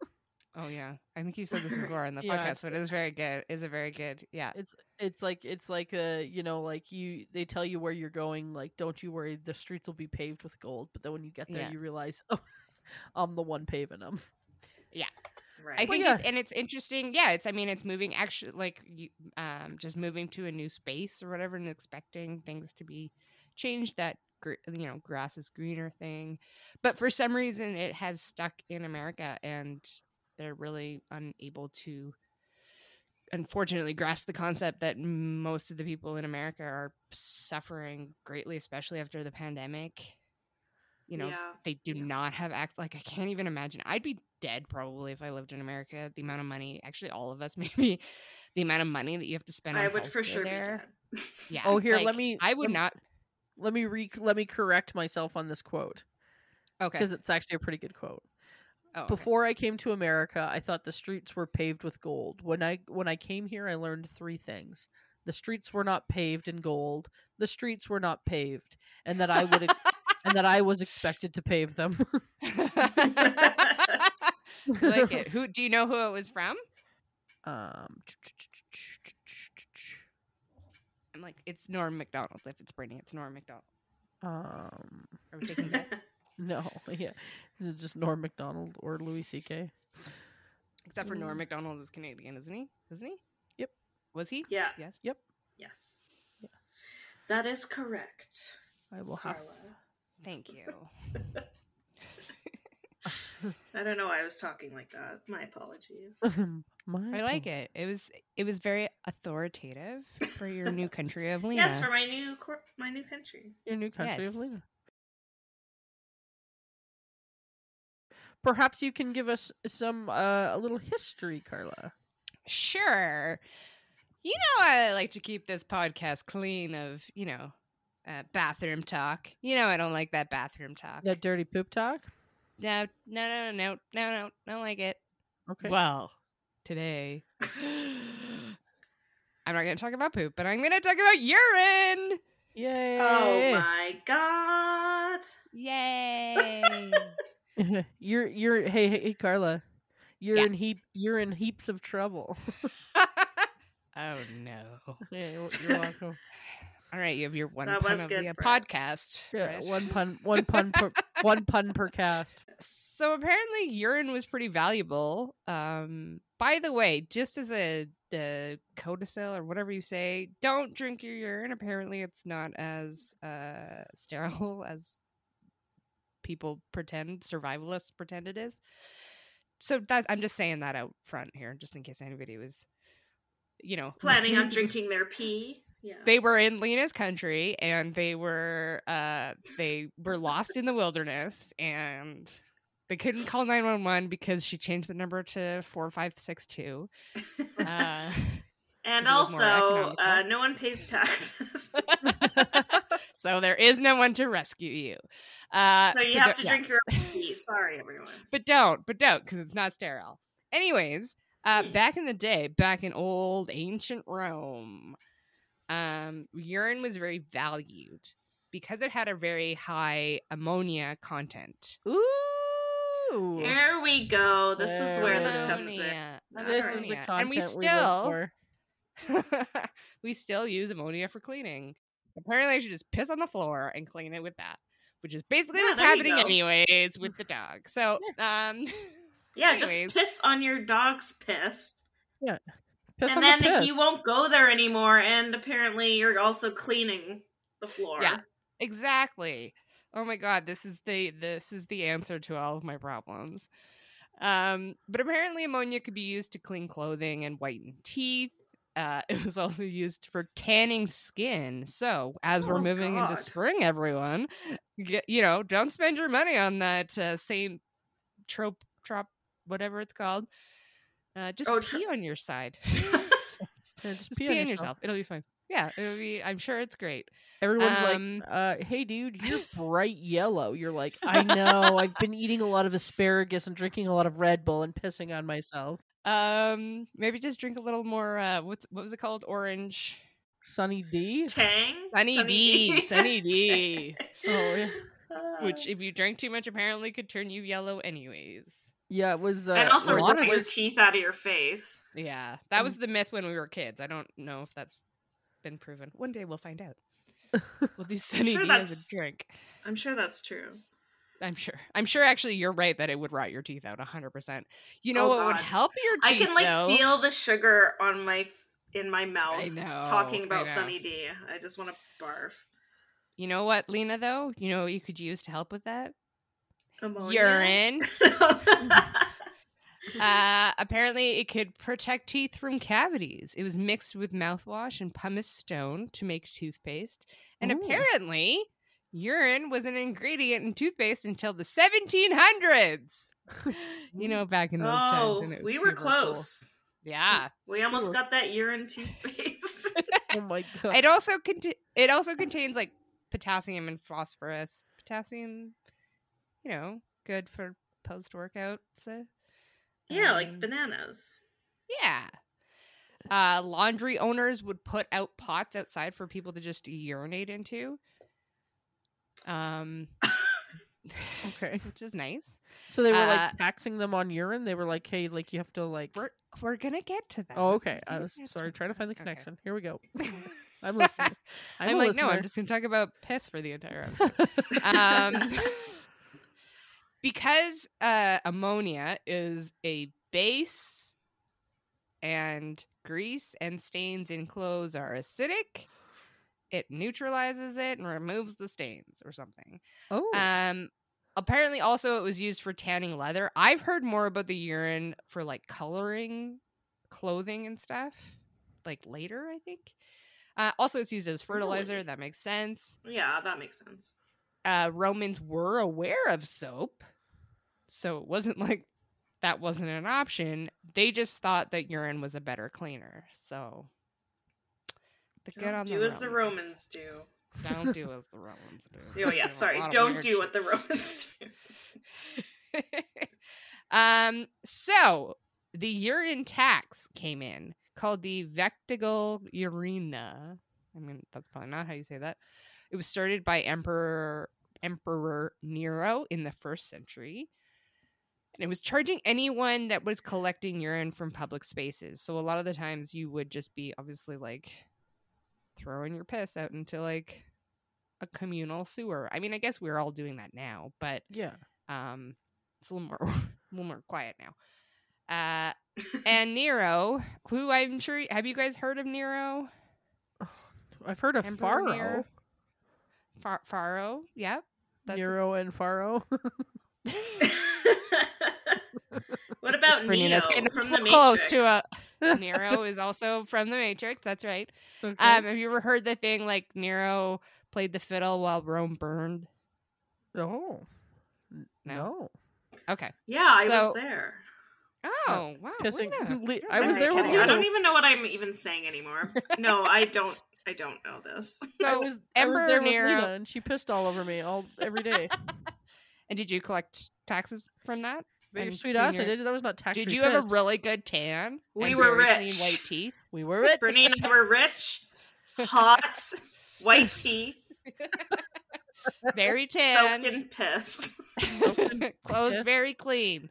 Oh yeah, I think you said this before on the Yeah, podcast, it's- but it is very good. Is a very good. Yeah, it's it's like it's like uh you know like you they tell you where you're going like don't you worry the streets will be paved with gold but then when you get there Yeah. you realize *laughs* oh I'm the one paving them. right. I Well, think, yeah. it's, and it's interesting. Yeah, it's. I mean, it's moving. Actually, like, you, um, just moving to a new space or whatever, and expecting things to be changed. That gr- you know, grass is greener thing, but for some reason, it has stuck in America, and they're really unable to, unfortunately, grasp the concept that most of the people in America are suffering greatly, especially after the pandemic. You know, yeah. they do Yeah. not have act like i can't even imagine i'd be dead probably if i lived in america the amount of money actually all of us *laughs* maybe the amount of money that you have to spend I on would for healthcare sure there be dead. yeah *laughs* Oh, here, let like, me- i would lem- not Let me re let me correct myself on this quote okay because it's actually a pretty good quote. oh, okay. Before I came to America, I thought the streets were paved with gold. When I when I came here, I learned three things. The streets were not paved in gold. The streets were not paved, and that I *laughs* would and that I was expected to pave them. I *laughs* *laughs* like it who do you know who it was from Um, i'm like it's norm mcdonald if it's brittany it's norm mcdonald um, are we *laughs* taking that no, yeah, this is just Norm Macdonald or Louis C.K. except for norm Mm. mcdonald was canadian isn't he isn't he Yep. was he *laughs* yeah. yes Yes. Yes. That is correct, I will have. Carla. thank you I don't know why I was talking like that. *laughs* My apologies. *laughs* I like it. It was it was very authoritative for your new country of Lena. Yes, for my new cor- my new country. Your new country of Yes. Lena. Perhaps you can give us some uh, a little history, Carla. sure. You know I like to keep this podcast clean of, you know, uh, bathroom talk. You know, I don't like that bathroom talk. That dirty poop talk. No, no, no, no, no, no, no, don't like it. Okay. Well, today *laughs* I'm not going to talk about poop, but I'm going to talk about urine. Yay! Oh my god. Yay! *laughs* you're you're hey hey, hey, Carla, you're Yeah. in heap you're in heaps of trouble. oh no! *laughs* yeah, you're, you're welcome. All right, you have your one That pun was of good, the uh, Brett. podcast. *laughs* Yeah, right? one pun one pun *laughs* per one pun per cast. so apparently urine was pretty valuable um by the way just as a the codicil or whatever you say don't drink your urine apparently it's not as uh sterile as people pretend survivalists pretend it is so that's i'm just saying that out front here just in case anybody was you know Planning listening to on this drinking their pee. Yeah. *laughs* they were in Lena's country and they were uh they were lost in the wilderness and they couldn't call 911 because she changed the number to 4562. Uh, *laughs* and it was more also, uh, economical. no *laughs* one pays taxes. so there is no one to rescue you. Uh, *laughs* so you so have don't- to yeah. drink your *laughs* own pee. Sorry, everyone. but don't, but don't, because it's not sterile. Anyways, uh, Hmm. back in the day, back in old ancient Rome, um, urine was very valued because it had a very high ammonia content. Ooh, Here we go. This is where this comes in. Ammonia. this is the Ammonia. content and we we live still for. *laughs* we still use ammonia for cleaning. Apparently, I should just piss on the floor and clean it with that, which is basically Yeah, what's there you happening go. anyways *laughs* with the dog. So, um, *laughs* Yeah, Anyways. just piss on your dog's piss. Piss and on then the piss. he won't go there anymore. And apparently, you're also cleaning the floor. Yeah. exactly. Oh my god, this is the this is the answer to all of my problems. Um, but apparently, ammonia could be used to clean clothing and whiten teeth. Uh, *laughs* it was also used for tanning skin. So, as we're Oh, moving God. into spring, everyone, get, you know, don't spend your money on that uh, same trope, trop, whatever it's called. Uh, just Oh, tr- pee on your side. Yeah, just just pee, on yourself. It'll be fine. Yeah, it'll be. I'm sure it's great. Everyone's Um, like, uh, "Hey, dude, *laughs* you're bright yellow." You're like, "I know. I've been eating a lot of asparagus and drinking a lot of Red Bull and pissing on myself." Um, maybe just drink a little more. Uh, what's what was it called? Orange. Sunny D. *laughs* Tang. Sunny, D. *laughs* Sunny D. Oh, yeah. Uh, Which, if you drank too much, apparently could turn you yellow, anyways. Yeah, it was. Uh, and also a lot rip of your it- teeth out of your face. Yeah, that was the myth when we were kids. I don't know if that's been proven. One day we'll find *laughs* out. We'll do Sunny sure D as that's- a drink. I'm sure that's true. I'm sure. I'm sure. Actually, you're right that it would rot your teeth out 100. percent You know Oh, what would God. help your I teeth? can like though? feel the sugar on my f- in my mouth. I know, Talking I about know. Sunny D. I just want to barf. You know what, Lena? Though you know what you could use to help with that Ammonia? *laughs* urine. Uh, apparently, it could protect teeth from cavities. It was mixed with mouthwash and pumice stone to make toothpaste. And Ooh. apparently, urine was an ingredient in toothpaste until the 1700s. *laughs* you know, back in those times. oh, And it was we were super cool. close. Yeah. We almost were- got that *laughs* urine toothpaste. *laughs* Oh my god! It also conti- it also contains like potassium and phosphorus. Potassium, you know, good for post workout. So. yeah, like um, bananas. Yeah. Uh, laundry owners would put out pots outside for people to just urinate into. Um, Okay. which is nice. So they were Uh, like taxing them on urine. They were like, "Hey, like you have to like." We're we're gonna get to that. Oh, okay. I We're was gonna get to sorry trying to that. find the Okay. connection. Here *laughs* we go. I'm listening. I'm, I'm, a like, no, listener. I'm just gonna talk about piss for the entire episode. *laughs* um, because uh, ammonia is a base and grease and stains in clothes are acidic it neutralizes it and removes the stains or something oh, um apparently also it was used for tanning leather i've heard more about the urine for like coloring clothing and stuff like later i think uh, also it's used as fertilizer Really? that makes sense Yeah, that makes sense. uh, Romans were aware of soap, so it wasn't like that wasn't an option. They just thought that urine was a better cleaner. So, the good Don't on do the as the Romans do. Don't *laughs* do what the Romans do. *laughs* Oh They do yeah, a sorry. lot of Don't weird do shit. what *laughs* the Romans do. um, so the urine tax came in called the Vectigal Urina. I mean, that's probably not how you say that. It was started by Emperor Emperor Nero in the first century. And it was charging anyone that was collecting urine from public spaces. So a lot of the times you would just be obviously like throwing your piss out into like a communal sewer. I mean, I guess we're all doing that now, but Yeah. um, it's a little more, *laughs* a little more quiet now. Uh, and Nero, who I'm sure have you guys heard of Nero? I've heard of Emperor Pharaoh. Nero. Far- Pharaoh, yep. That's Um, a- Nero and *laughs* Pharaoh. *laughs* what about Brittany, Neo that's getting from real the close Matrix? to a. Nero is also from the Matrix. That's right. Okay. Um, have you ever heard the thing like Nero played the fiddle while Rome burned? oh. No. No. Okay. Yeah, I So- was there. Oh wow, look Pissing. at her. li- You're I was I'm just there with kidding. I *laughs* don't you. even know what I'm even *laughs* saying anymore. No, I don't. I don't know this. I So was, I Emperor was there with Nero- Lena, and she pissed all over me all every day. and did you collect taxes from that? But your And sweet when ass, I you're- did. That was not tax. Did free you have a piss. really good tan? We and were very clean rich. White teeth. We were rich. Brittany and I were rich, hot, *laughs* white teeth, Very tan. soaked in piss. *laughs* *laughs* Clothes Yes. very clean.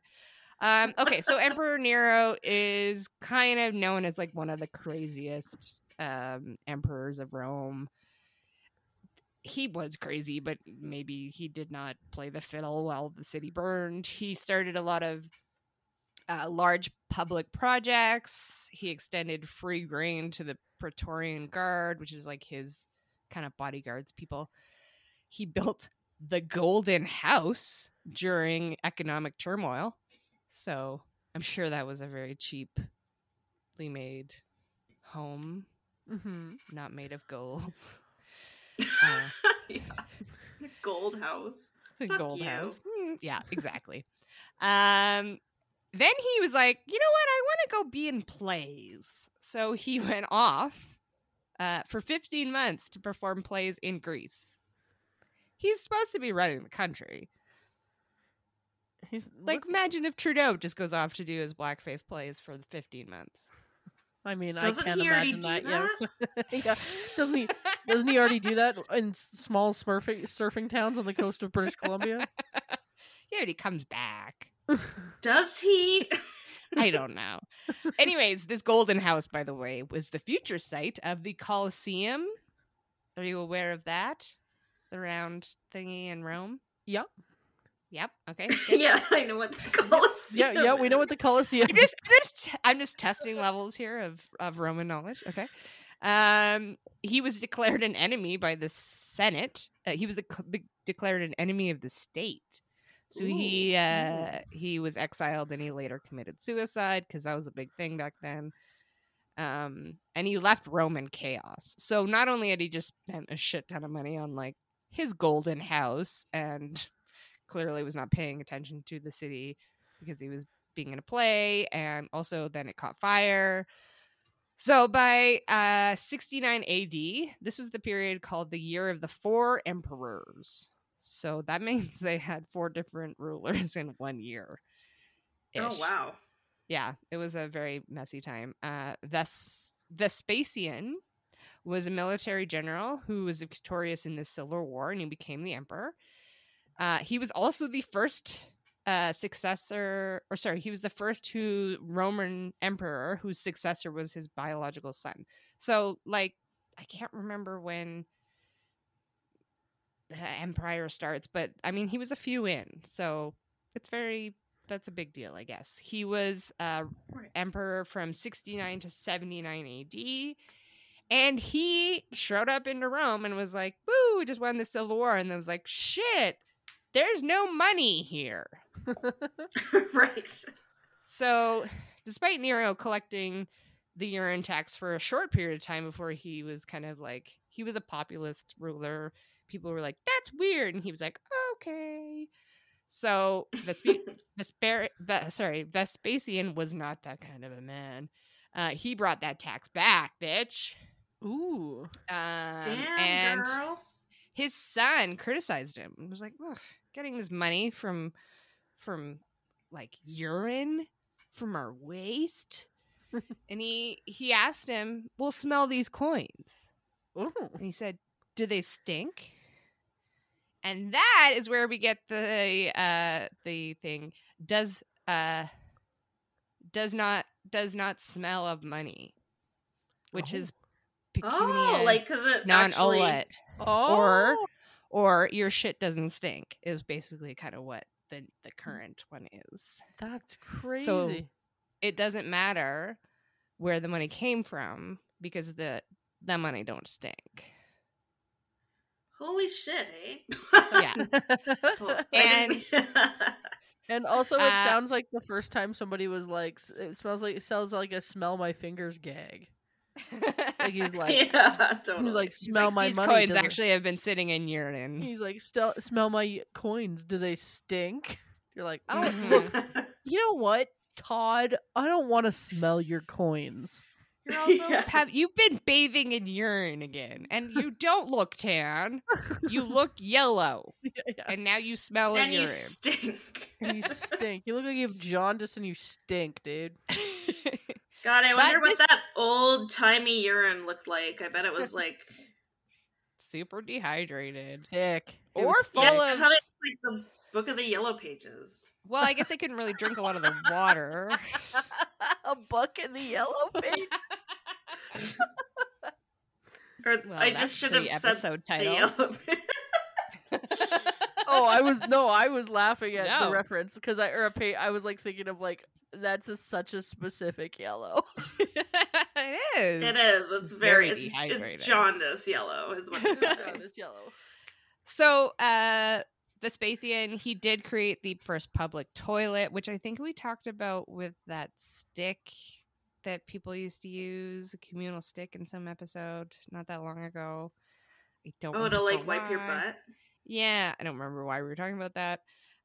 Um, okay, so Emperor Nero is kind of known as like one of the craziest um, emperors of Rome. He was crazy, but maybe he did not play the fiddle while the city burned. He started a lot of uh, large public projects. He extended free grain to the Praetorian Guard, which is like his kind of bodyguards people. He built the Golden House during economic turmoil. So I'm sure that was a very cheaply made home, Mm-hmm. not made of *laughs* gold. Uh, yeah. Gold house. the Fuck gold you. house. Mm, *laughs* yeah, exactly. um, then he was like, you know what? I want to go be in plays. So he *laughs* went off uh, for 15 months to perform plays in Greece. He's supposed to be running the country. He's Like, like. imagine if Trudeau just goes off to do his blackface plays for the 15 months. I mean, I Doesn't can't he already imagine that. do Yes. *laughs* yeah. Doesn't he? Doesn't he already do that in s- small smurfing, surfing towns on the coast of British Columbia? Yeah, but he comes back. Does *laughs* he? *laughs* I don't know. Anyways, this golden house, by the way, was the future site of the Colosseum. Are you aware of that? The round thingy in Rome? Yeah. Yep. Okay. good. yeah, I know what to call it. Yeah, yeah, we know what *laughs* the Colosseum. I'm just, just I'm just testing levels here of of Roman knowledge. Okay. Um, he was declared an enemy by the Senate. Uh, he was the, the, declared an enemy of the state. So he Ooh, uh, he was exiled and he later committed suicide because that was a big thing back then. Um, and he left Rome in chaos. So not only had he just spent a shit ton of money on like his golden house and clearly was not paying attention to the city because he was being in a play and also then it caught fire so by uh 69 ad this was the period called the year of the four emperors so that *laughs* means they had four different rulers in one year Oh wow. yeah it was a very messy time uh Ves- vespasian was a military general who was victorious in the civil war and he became the emperor uh he was also the first uh successor or sorry he was the first who roman emperor whose successor was his biological son so like i can't remember when the empire starts but i mean he was a few in so it's very that's a big deal i guess he was uh Right. emperor from 69 to 79 AD. And he showed up into Rome and was like, woo, we just won the Civil War. And then was like, shit, there's no money here. *laughs* right. So, despite Nero collecting the urine tax for a short period of time before he was kind of like, he was a populist ruler. People were like, that's weird. And he was like, okay. So, Vespi- Vespar- Ve- sorry, Vespasian was not that kind of a man. Uh, he brought that tax back, bitch. Ooh. Um, Damn and girl. his son criticized him and was like, "Ugh, getting this money from from like urine from our *laughs* waste. and he he asked him, "We'll smell these coins." Ooh. And he said, "Do they stink?" And that is where we get the uh the thing does uh does not does not smell of money, which Oh. is Oh, pecunia like because it non actually- olet Oh. or your shit doesn't stink is basically kind of what the the current one is. that's crazy. It doesn't matter where the money came from because the the money don't stink. Holy shit, eh? *laughs* *laughs* Yeah. Cool. And- *laughs* and also, it Uh, sounds like the first time somebody was like, s- "It smells like it sounds like a smell my fingers gag." *laughs* Like he's like, yeah, totally. *laughs* he's like, "Smell Like, my these money." coins does it-" actually have been sitting in urine. *laughs* He's like, "Stel- "Smell my coins. Do they stink?" You're like, "I don't." Mhm. You know what, Todd? I don't want to smell your coins. *laughs* You're also Yeah. have you've been bathing in urine again, and you don't look tan. *laughs* You look yellow, Yeah. and now you smell in and you urine. stink. And you stink. You look like you have jaundice and you stink, dude. God, I But wonder what this- that old timey urine looked like. I bet it was like *laughs* Super dehydrated. Thick. It Or was full thick. of probably like the book of the yellow pages. Well, I guess I couldn't really drink a lot of the water. *laughs* a buck in the *laughs* yellow face. Or Well, I that's just should have the said episode the uh, title. yellow. *laughs* pa- oh, I was no, I was laughing at No. the reference because I or a pa- I was like thinking of like that's a, such a specific *laughs* yellow. *laughs* it is. it is. It's Very very. It's, dehydrated. it's jaundice yellow is what it Nice. *laughs* Jaundice is. yellow. So, uh, Vespasian, he did create the first public toilet, which I think we talked about with that stick that people used to use, a communal stick in some episode not that long ago. I don't. Oh, to remember like wipe your why. butt. Yeah, I don't remember why we were talking about that.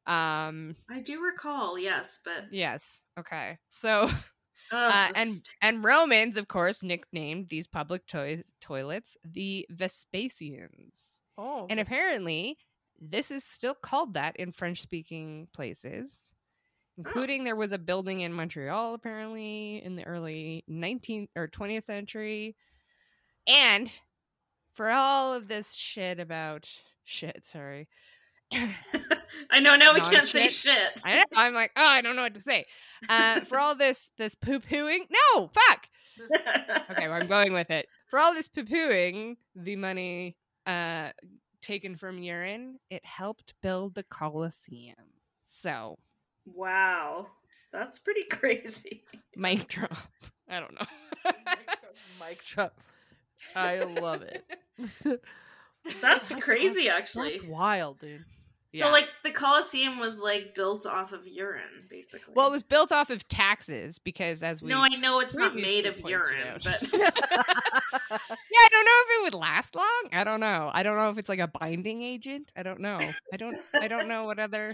Um, I do recall, yes, but yes. Okay. So, uh, *laughs* Ugh, the and st- and Romans, of course, nicknamed these public toys toilets the Vespasians, Oh, and that's- apparently this is still called that in French-speaking places, including there was a building in Montreal apparently in the early nineteenth or twentieth century, and for all of this shit about shit, sorry, *laughs* *laughs* I know now we can't say non-shit. shit. I know, I'm like, oh, I don't know what to say. Uh, for all this this poo pooing, no, fuck. okay, well, I'm going with it. For all this poo pooing, the money uh, taken from urine, it helped build the Colosseum. So, *laughs* Wow, that's pretty *laughs* crazy. mic *laughs* drop. I don't Mic drop. I love it. *laughs* know. *laughs* That's crazy, actually. That's wild, dude. Yeah. So like the Colosseum was like built off of urine, basically. well, it was built off of taxes because, as we No, I know it's not previously made of pointed urine, out. *laughs* but yeah, I don't know if it would last long. I don't know. I don't know if it's like a binding agent. I don't know. I don't. I don't know what other.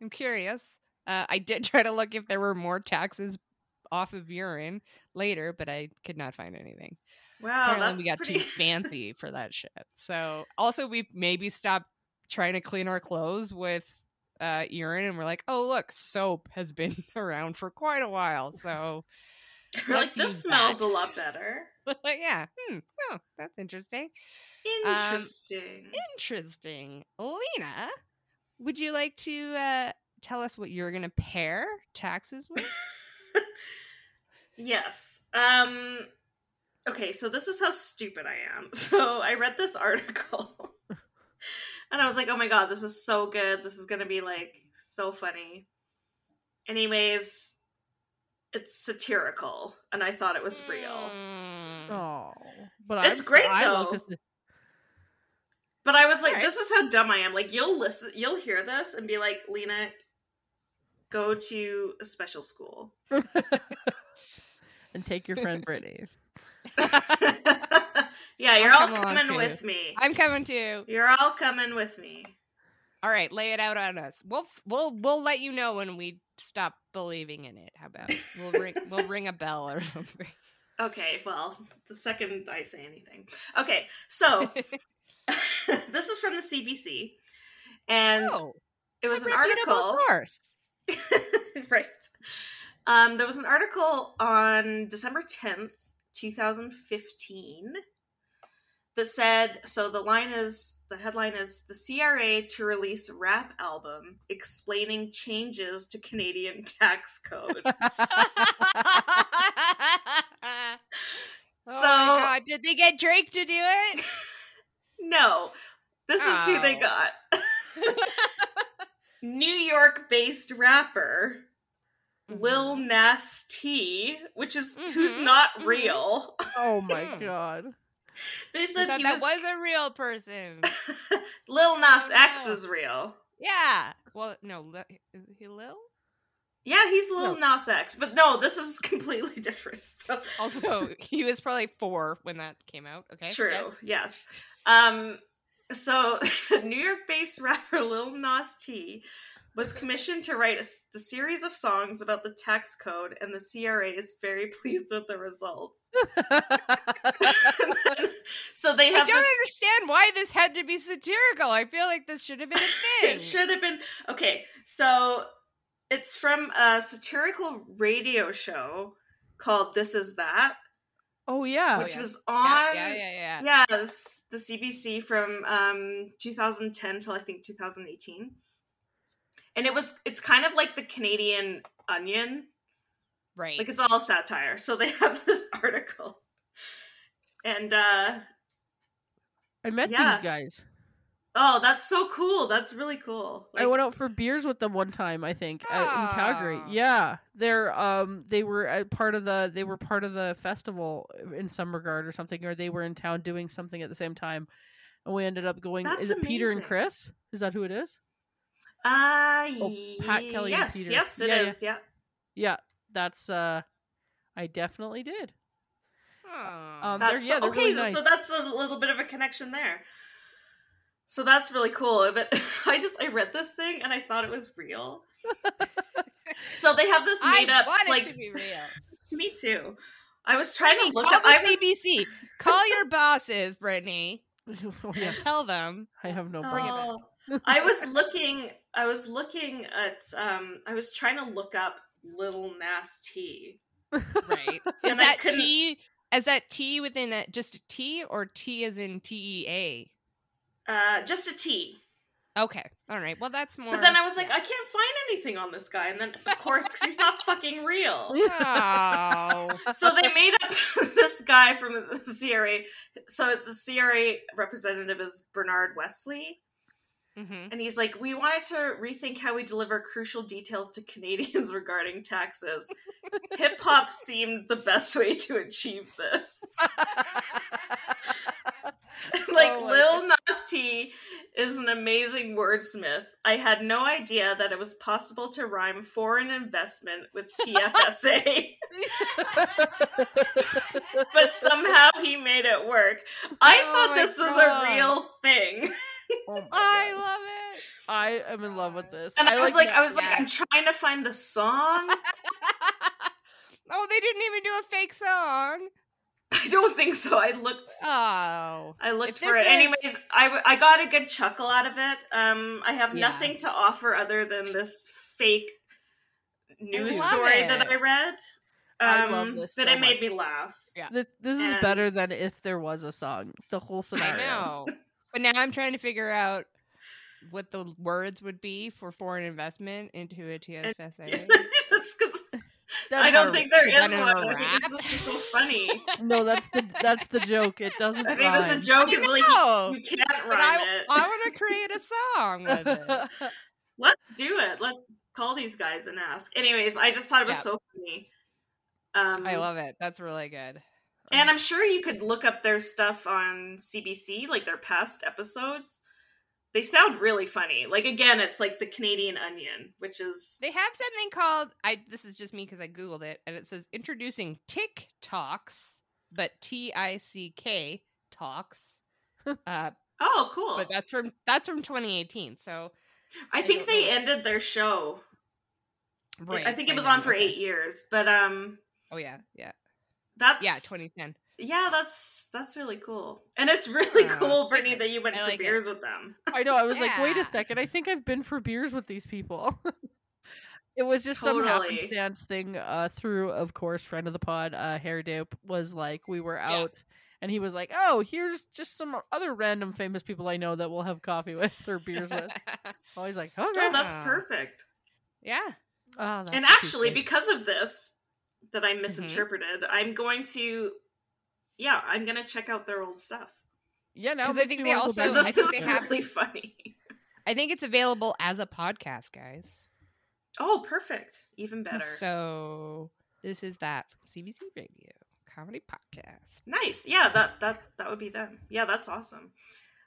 I'm curious. Uh, I did try to look if there were more taxes off of urine later, but I could not find anything. wow, Apparently, Oh, that's we got pretty too fancy for that shit. So, also, we maybe stopped trying to clean our clothes with uh, urine, and we're like, oh look, soap has been *laughs* around for quite a while. So, *laughs* *laughs* We're like let's use this smells that. a lot better. yeah, hmm, oh, that's interesting. Um, Interesting. Interesting. Lena, would you like to uh, tell us what you're going to pair taxes *laughs* with? yes. Um. Okay, so this is how stupid I am. *laughs* So I read this article, *laughs* and I was like, "Oh my god, this is so good. This is gonna be like so funny." Anyways, it's satirical, and I thought it was real. Mm. Oh, but It's I'm, great, I love though. this- But I was like, Alright. this is how dumb I am. Like, you'll listen, you'll hear this and be like, Lena, go to a *laughs* special school. *laughs* and take your friend Brittany. yeah, you're I'll all come along coming too. with me. I'm coming too. You're all coming with me. All right, lay it out on us. We'll f- we'll we'll let you know when we stop believing in it. How *laughs* about we'll ring we'll ring a bell or something. Okay, well, the second I say anything. Okay, so *laughs* this is from the CBC, and Oh, it was an a reputable article. *laughs* source. *laughs* right. Um, there was an article on December 10th, 2015, that said so the line is the headline is the CRA to release rap album explaining changes to Canadian *laughs* tax code. Oh so, So- did they get Drake to do it? no, this is who they Oh. *laughs* got. New York based rapper Lil Mm-hmm. Nas T, which is who's Mhm, not mhm. real. *laughs* *laughs* Oh my Hmm. god. They I said thought he that was, was a real person. Lil Nas X no. is real. Yeah. Well, no, Li- is he Lil? Yeah, he's Lil Nas X, but no, this is *laughs* completely different. So *laughs* Also, he was probably four when that came out. Okay. true, yes. yes. Um, so *laughs* New York-based rapper Lil Nas T was commissioned to write a, s- the series of songs about the tax code, and the CRA is very *laughs* pleased with *laughs* the results. *laughs* so they I have don't this. understand why this had to be satirical. I feel like this should have been a thing. *laughs* It should have been okay. So it's from a satirical radio show called "This Is That," oh yeah. which yeah. was Yeah, on yeah, yeah, yeah. yeah this, the cbc from um 2010 till i think 2018 and it was it's kind of like the canadian onion Right. like it's all satire so they *laughs* have this article and uh I met yeah. these guys. oh that's so cool that's really cool I Like, went out for beers with them one time, I think, uh, in Calgary. Ah. Yeah. They're um they were a part of the they were part of the festival in some regard or something or they were in town doing something at the same time. And we ended up going That's is it Peter and amazing. Chris? Is that who it is? uh Oh, Pat Kelly and yes Peter. yes it is. Yeah, yeah, yeah. Yeah, that's uh I definitely did. *laughs* Aw. They're- That's yeah, they're really okay. th- So nice. that's a little bit of a connection there. So that's really cool. But *laughs* I just I read this thing and I thought it was *laughs* real. so they have this I made up want like it to *laughs* be real. me too. I was trying to look call up. the I was, *laughs* CBC. call your bosses, Brittany, oh, yeah. and tell *laughs* them. I have no bring it problem. back. Oh, I was looking. I was looking at. Um, I was trying to look up Little Nas T. Right. Is And I that couldn't- T? Is that T within a, just a T or T as in T E A? Uh, just a T. Okay. All right. Well, that's more. But then I was like, I can't find anything on this guy. And then of course, because he's not *laughs* fucking real. oh. so they made up *laughs* this guy from the CRA. So the CRA representative is Bernard Wesley, *laughs* hmm and he's like, "We wanted to rethink how we deliver crucial details to Canadians *laughs* regarding taxes. Hip hop seemed the best way to achieve this." *laughs* like Oh my Lil Nas T is an amazing wordsmith. I had no idea that it was possible to rhyme foreign investment with *laughs* TFSA. but somehow he made it work. I Oh thought my this was God. a real thing, Oh my I God. love it. I am in love with this. and I, was like, that- I was like, yeah. I'm trying to find the song. oh, they didn't even do a fake song. I don't think so. I looked. Oh. I If looked this for it. is- Anyways, I, w- I got a good chuckle out of it. Um, I have Yeah. nothing to offer other than this fake news love story it. that I read. I Um, love this but so it made much. me laugh. *laughs* This, this is better And- than if there was a song. The whole I scenario. know. but now I'm trying to figure out what the words would be for foreign investment into a TFSA. That's 'cause That's I don't our- think there I is don't one. know, I think it's rap. just so funny. No, that's the that's the joke. It doesn't. I think that's a joke. Is *laughs* like no. you can't But rhyme I, it. I want to create a song with it. rhyme. Let's do it. Let's call these guys and ask. Anyways, I just thought it was Yeah. so funny. *laughs* Um, I love it. That's really good. And I'm sure you could look up their stuff on CBC, like their past episodes. They sound really funny. Like again, it's like the Canadian Onion, which is They have something called I this is just me cuz I googled it and it says introducing TikToks, but T I C K talks. *laughs* Uh, oh cool. but that's from that's from 2018. So I I think don't they know. ended their show. right, I think it was know, on for okay. eight years, but um, Oh yeah, yeah, that's yeah. 2010. yeah, that's that's really cool, and it's really Yeah. cool, Brittany, that you went I for like it. beers with them. I know. I was like, wait Yeah. a second. I think I've been for beers with these people. *laughs* it was just some Totally. happenstance thing uh, through, of course, friend of the pod, uh, Harry Dope was like, we were Yeah. out. And he was like, "Oh, here's just some other random famous people I know that we'll have coffee with or beers with." Always like, "Okay, *laughs* Oh, Yeah. that's perfect. *laughs* yeah. Oh, and that's too actually, sweet. because of this that I misinterpreted, I'm going to, yeah, I'm going to check out their old stuff. yeah, now 'cause I makes think me they wanna also- go No, Oh, I back and Because this think is listen they to have- it. really *laughs* funny. I think it's available as a podcast, guys. Oh, perfect. Even better. So this is that from CBC Radio comedy podcast. Nice. Yeah, that that that would be them. Yeah, that's awesome.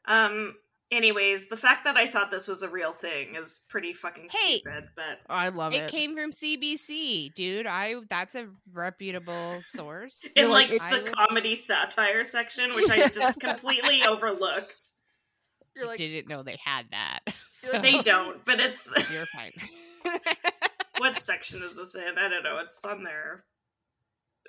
Um anyways, the fact that I thought this was a real thing is pretty fucking Hey. stupid, but I love It it. came from CBC, dude. I that's a reputable *laughs* source. in like, I the would- comedy satire section, *laughs* which I just completely overlooked. You're like, didn't know they had that. *laughs* You're like- They don't, but it's so *laughs* You're fine. what section is this in? I don't know. It's on their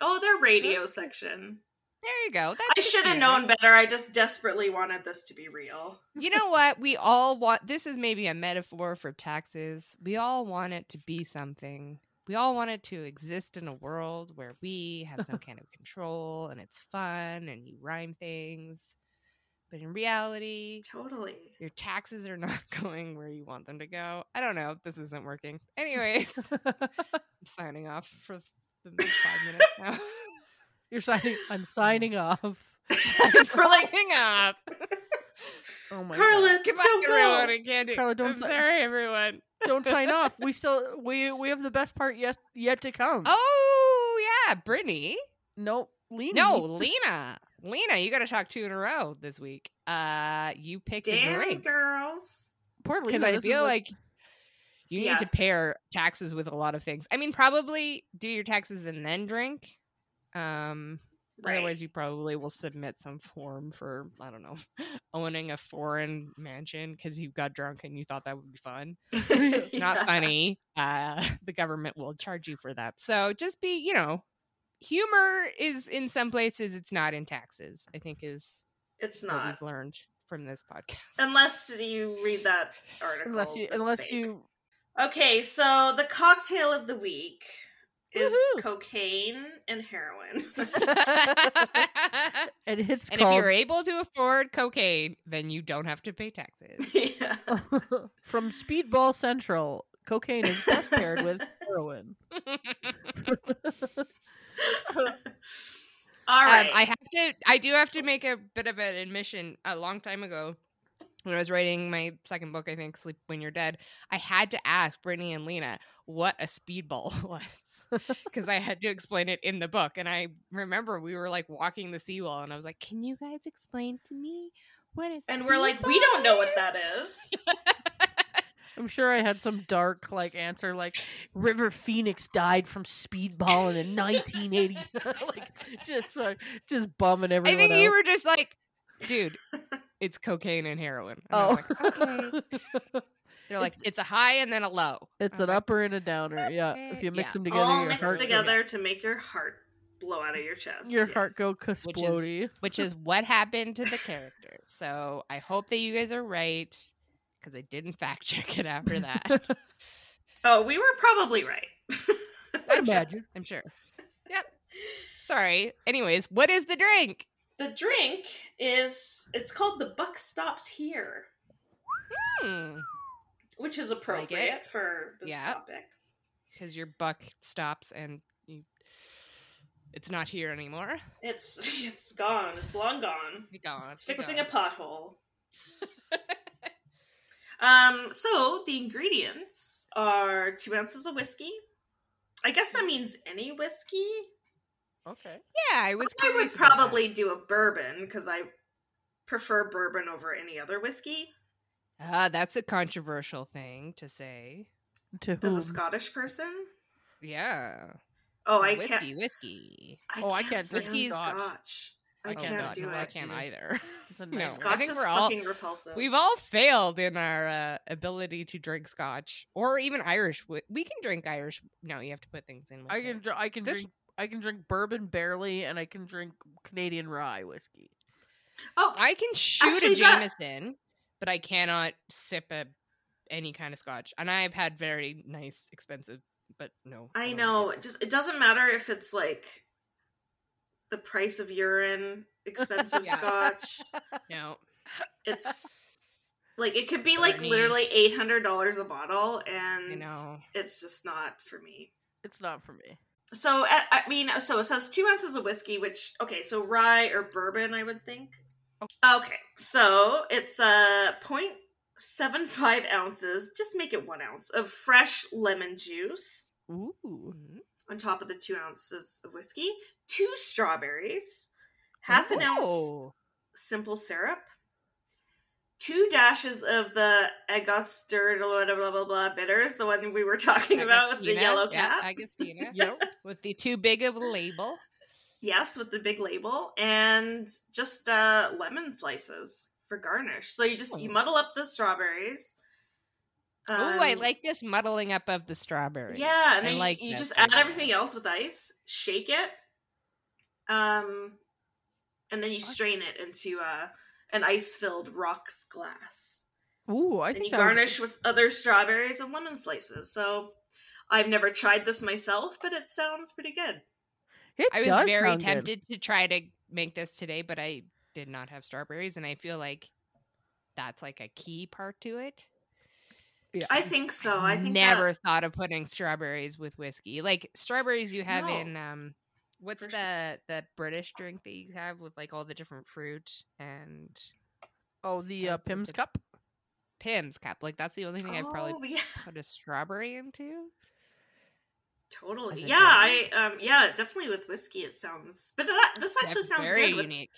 Oh, their radio section. there you go. That's I good should for have you. known better. I just desperately wanted this to be real. You know what? We all want this is maybe a metaphor for taxes. We all want it to be something. We all want it to exist in a world where we have *laughs* some kind of control and it's fun and you rhyme things. But in reality, Totally. your taxes are not *laughs* going where you want them to go. I don't know. This isn't working. *laughs* Anyways, I'm signing off for the next five minutes now. *laughs* You're signing. I'm signing *laughs* off. *laughs* for *laughs* lighting up. Oh my Carla, god. Goodbye, don't go. everyone. I can't do- Carla, don't I'm sign- sorry, everyone. Don't sign off. We still we we have the best part yet yet to come. Oh yeah, Brittany. no, Lena. No, you- Lena. Lena, you got to talk two in a row this week. Uh, you picked a Damn, drink girls. poor Lena. because I this is feel like you need Yes. to pair taxes with a lot of things. I mean, probably do your taxes and then drink. Um, Right. otherwise you probably will submit some form for I don't know *laughs* owning a foreign mansion because you got drunk and you thought that would be fun. *laughs* It's *laughs* not Yeah. funny. Uh, *laughs* the government will charge you for that. So just be, you know, humor is in some places, it's not in taxes, I think is It's what not. *laughs* Um, we've learned from this podcast. *laughs* *laughs* Unless you read that *laughs* article. unless you that's unless fake. you Okay, so the cocktail of the week is Woohoo. cocaine and heroin. *laughs* and it's and if called you're able to afford cocaine, then you don't have to pay taxes. yeah. *laughs* from Speedball Central. Cocaine is best *laughs* paired with heroin. All right. Um, I have to. I do have to make a bit of an admission. A long time ago, when I was writing my second book, I think "Sleep When You're Dead," I had to ask Brittany and Lena what a speedball *laughs* *laughs* was because I had to explain it in the book. And I remember we were like walking the seawall, and I was like, "Can you guys explain to me what a?" and we're like, we don't know what that is. I'm sure I had some dark like answer like River Phoenix died from speedballing in 1980. *laughs* like just like, just bumming I everyone think out. you were just like, *laughs* dude. It's cocaine and heroin. And Oh, I was like, okay. They're like, It's- it's, a high and then a low. *laughs* It's I an was like, upper and a downer. Yeah, if okay. you mix Yeah. them together, All your mixed heart together to make your heart blow out of your chest. Go, your yes. heart go is- explodey. *laughs* which is what happened to the characters. So I hope that you guys are right because I didn't fact check it after that. Oh, we were probably right. I imagine. *laughs* I'm sure. Yep. Sorry. Anyways, what is the drink? the drink is it's called the buck stops here, Hmm. which is appropriate for this Yeah. topic. Because your buck stops and you. It's not here anymore. It's *laughs* it's gone. It's long gone. Be gone. It's be fixing gone. *laughs* a pothole. um. So the ingredients are two ounces of whiskey. I guess Mm. that means any whiskey. Okay. Yeah, I was. I would curious about that. probably do a bourbon because I prefer bourbon over any other whiskey Ah, that's a controversial thing to say. To as whom? a Scottish person. Yeah. Oh, I whiskey, can't. whiskey. I Oh, I can't stand drink Scotch. Scotch. I, I Oh, can't God, do no, it. I can't either. *laughs* It's a No. nice I Scotch think is we're all- fucking repulsive. We've all failed in our uh, ability to drink scotch or even Irish. Wi- we can drink Irish. No, you have to put things in. With I it. can dr- I can This- drink I can drink bourbon barely, and I can drink Canadian rye whiskey. Oh, I can shoot Actually, a that- Jameson, but I cannot sip a any kind of scotch. And I've had very nice, expensive, but no. I don't know. like It just it doesn't matter if it's like the price of urine, *laughs* expensive Yeah. scotch. it. No. It's like it could be like Bernie. literally eight hundred dollars a bottle, and You know. it's just not for me. It's not for me. So I I mean, so it says two ounces of whiskey, which okay, so rye or bourbon, I would think. Okay, so it's uh, 0.75 ounces. Just make it one ounce of fresh lemon juice Ooh. on top of the two ounces of whiskey, two strawberries, half an ounce Oh. simple syrup, two dashes of the Agustin blah blah blah blah bitters, the one we were *laughs* talking about with the Agustina, yellow yeah, cap. Agustina. Yep. with the too big of a label. Yes, with the big label and just uh, lemon slices for garnish. So you just you Oh. muddle up the strawberries. oh, I um, like this muddling up of the strawberry. Yeah, I and then you- like you that just add idea. everything else with ice, shake it, um, and then you strain it into uh, an ice-filled rocks glass. Ooh, I and think you that would- garnish with other strawberries and lemon slices. So I've never tried this myself, but it sounds pretty good. it I was does very sound good. tempted to try to make this today, but I did not have strawberries, and I feel like that's like a key part to it. Yeah. I think so. I think that- never thought of putting strawberries with whiskey. Like strawberries you have No. in um what's For sure. the the British drink that you have with like all the different fruit and Oh, the I uh, think Pim's it- cup. Pim's cup. Like that's the only thing I'd probably Oh, yeah. put a strawberry into. Totally. As a Yeah, I drink. um yeah, definitely with whiskey it sounds. But that, this actually That's sounds very good with, unique.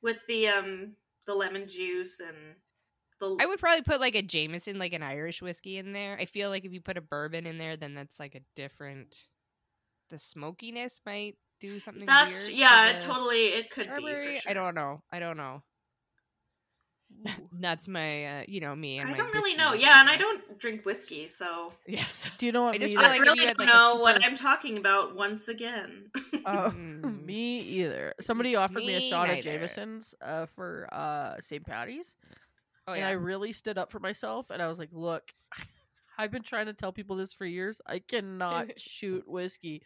with the um the lemon juice and the I would probably put like a Jameson, like an Irish whiskey in there. I feel like if you put a bourbon in there, then that's like a different the smokiness might do something. That's weird to yeah, it the totally it could be. Strawberry, For sure. I don't know. I don't know. *laughs* Ooh. That's my, uh, you know, me. And I my don't really whiskey know. knowledge, Yeah, and you I know? don't drink whiskey, so *laughs* *laughs* Yes. Do you know what I just me feel I like if *laughs* really you had, don't like, a know what super- I'm talking about *laughs* once again. Oh, Uh, Mm. me either. Somebody offered me, a Me shot of neither. Jameson's uh, for uh, St. Patty's, Oh and yeah. I really stood up for myself. And I was like, "Look, *laughs* I've been trying to tell people this for years. *laughs* I cannot shoot whiskey."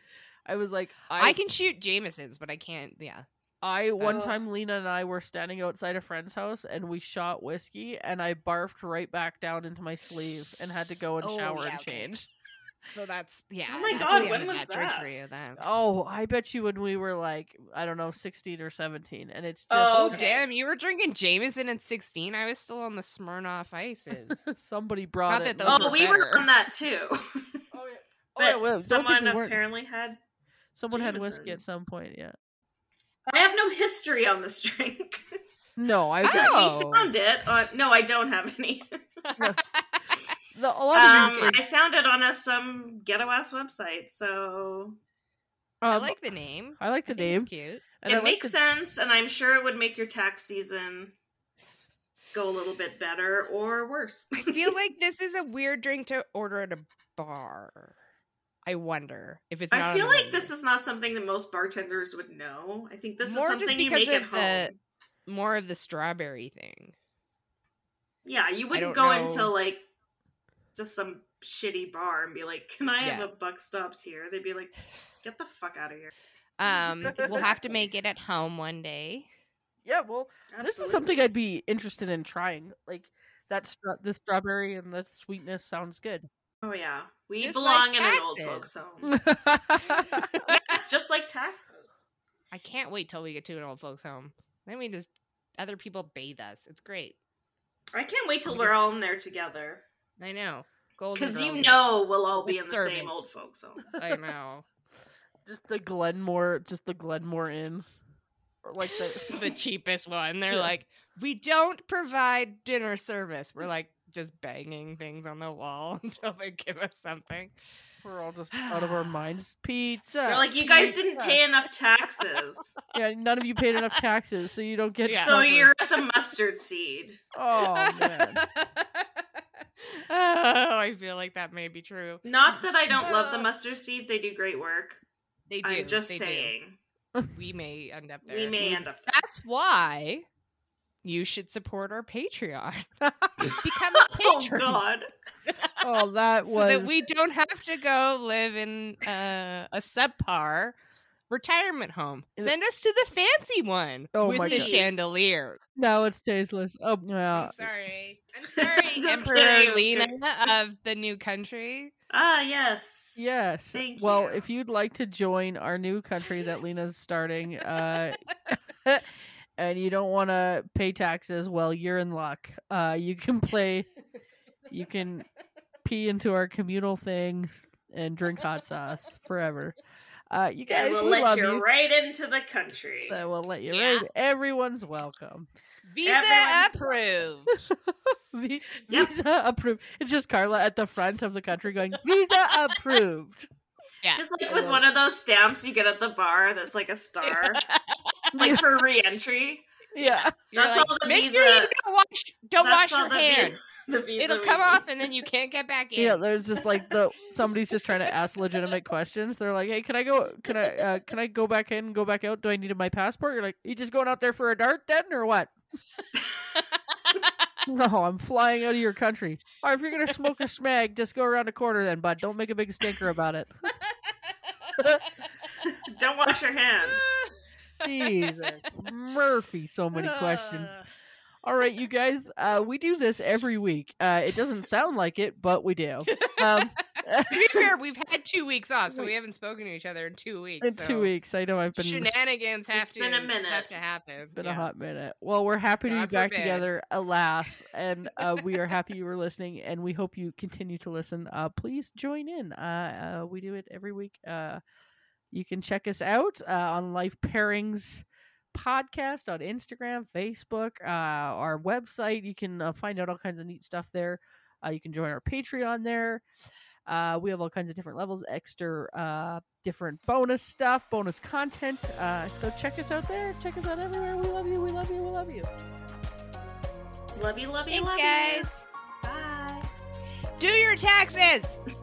I was like, I, "I, can Oh. shoot Jamesons, but I can't. Yeah. I one Ugh. time Lena and I were standing outside a friend's house, and we shot whiskey, and I barfed right back down into my sleeve, and had to go and Oh, shower yeah, and okay. change. So that's yeah. Oh my that's God, the when end of was drink for that? you then. Oh, I bet you when we were like, I don't know, sixteen or seventeen, and it's just Oh Okay. damn! You were drinking Jameson at sixteen. I was still on the Smirnoff ices. *laughs* *laughs* somebody brought Not it. that and those was oh, were like, we were better. on that too. *laughs* Oh yeah. but oh, well, someone don't think we weren't. apparently had Someone had whiskey at Jameson's. some point. Yeah. I have no history on this *laughs* drink. No, I. Ah! Because Oh. *laughs* We found it. On, no, I don't have any. The, a Um, lot of these. I found it on a some ghetto ass website, so I um, like the name. I like I the think name. it's cute. and it I like makes the- sense, and I'm sure it would make your tax season go a little bit better or worse. I feel like this is a weird drink to order at a bar. I wonder if it's. Not I feel like this is not something that most bartenders would know. I think this More is just something you because make at of home. the- more of the strawberry thing. Yeah, you wouldn't don't go know. into like just some shitty bar and be like, "Can I have Yeah. a buck stops here?" They'd be like, "Get the fuck out of here." Um, we'll have to Exactly. make it at home one day. Yeah, well, this is something I'd be interested in trying. Like that, stra- the strawberry and the sweetness sounds *laughs* good. Oh yeah, we Just belong like in an old taxes. folks *laughs* home. It's just like taxes. I can't wait till we get to an old folks home. Then we just other people bathe us. It's great. I can't wait till I'm we're just- all in there together. I know. Golden Because you Girls. know we'll all be With in the same servants. old *laughs* folks home. I know. just the Glenmore, just the Glenmore Inn, or like the *laughs* the cheapest one. They're Yeah. like, we don't provide dinner service. We're like just banging things on the wall *laughs* until they give us something. we're all just out of our *sighs* minds. Pizza. They're like, you guys pizza." didn't pay enough *laughs* taxes, Yeah, none of you paid enough taxes, so you don't get. Yeah. so supper." you're at the mustard seed. Oh man. *laughs* oh, I feel like that may be true. Not that I don't love the Uh. mustard seed; they do great work. They do. I'm just they do. saying. We may end up there. We may end up there. *laughs* That's why you should support our Patreon. *laughs* Become a *laughs* *laughs* Oh patron. god. Oh, *laughs* that so was that we don't have to go live in uh, a subpar retirement home. Uh, Send us to the fancy one Oh with my the God. chandelier. no, it's tasteless. Oh, yeah. sorry, I'm Just Emperor kidding, Uh, *laughs* I'm Lena kidding. of the new country. Ah yes. Yes. Thank well, you. if you'd like to join our new country that Lena's starting, *laughs* uh, *laughs* and you don't want to pay taxes, well, you're in luck. Uh, you can play, you can pee into our communal thing and drink hot sauce forever. Uh, you guys, And we'll we let love you you. right into the country. I will let you Yeah. in. Everyone's welcome. Visa Everyone's approved. *laughs* V- Yep. Visa approved. It's just Carla at the front of the country going, Visa *laughs* approved. Yeah. Just like I with love one of those stamps you get at the bar that's like *laughs* a star. like for re-entry. yeah. You're That's like, all the make visa. sure you don't wash, don't wash That's all your the hand. visa- *laughs* the visa It'll we come need. off, and *laughs* then you can't get back in. Yeah, there's just like the somebody's just trying to ask legitimate questions. They're like, "Hey, can I go? Can I? Uh, can I go back in? Go back out? Do I need my passport?" You're like, "You just going out there for a dart then, *laughs* or what?" *laughs* no, I'm flying out of your country. Or if you're gonna smoke a smag, just go around a corner then, bud. Don't make a big stinker about it. Don't wash *laughs* your hand. Jesus, Murphy, so many questions. All right, you guys, uh, we do this every week. Uh, it doesn't sound like it, but *laughs* we do. Um, *laughs* to be fair, we've had two weeks off, so we haven't spoken to each other in two weeks. in so two weeks, I know I've been Shenanigans have It's to been a minute. have to happen. been a Yeah. hot minute. Well, we're happy to God be back forbid. together, alas, and uh, we *laughs* are happy you were listening, and we hope you continue to listen. Uh, please join in. Uh, uh, we do it every week. Uh, you can check us out uh, on Life Pairings podcast on Instagram, Facebook, uh, our website. You can uh, find out all kinds of neat stuff there. Uh, you can join our Patreon there. Uh, we have all kinds of different levels, extra, uh, different bonus stuff, bonus content. Uh, so check us out there. Check us out everywhere. We love you. We love you. We love you. Love you, love you, Thanks, love guys. you. Bye. Do your taxes.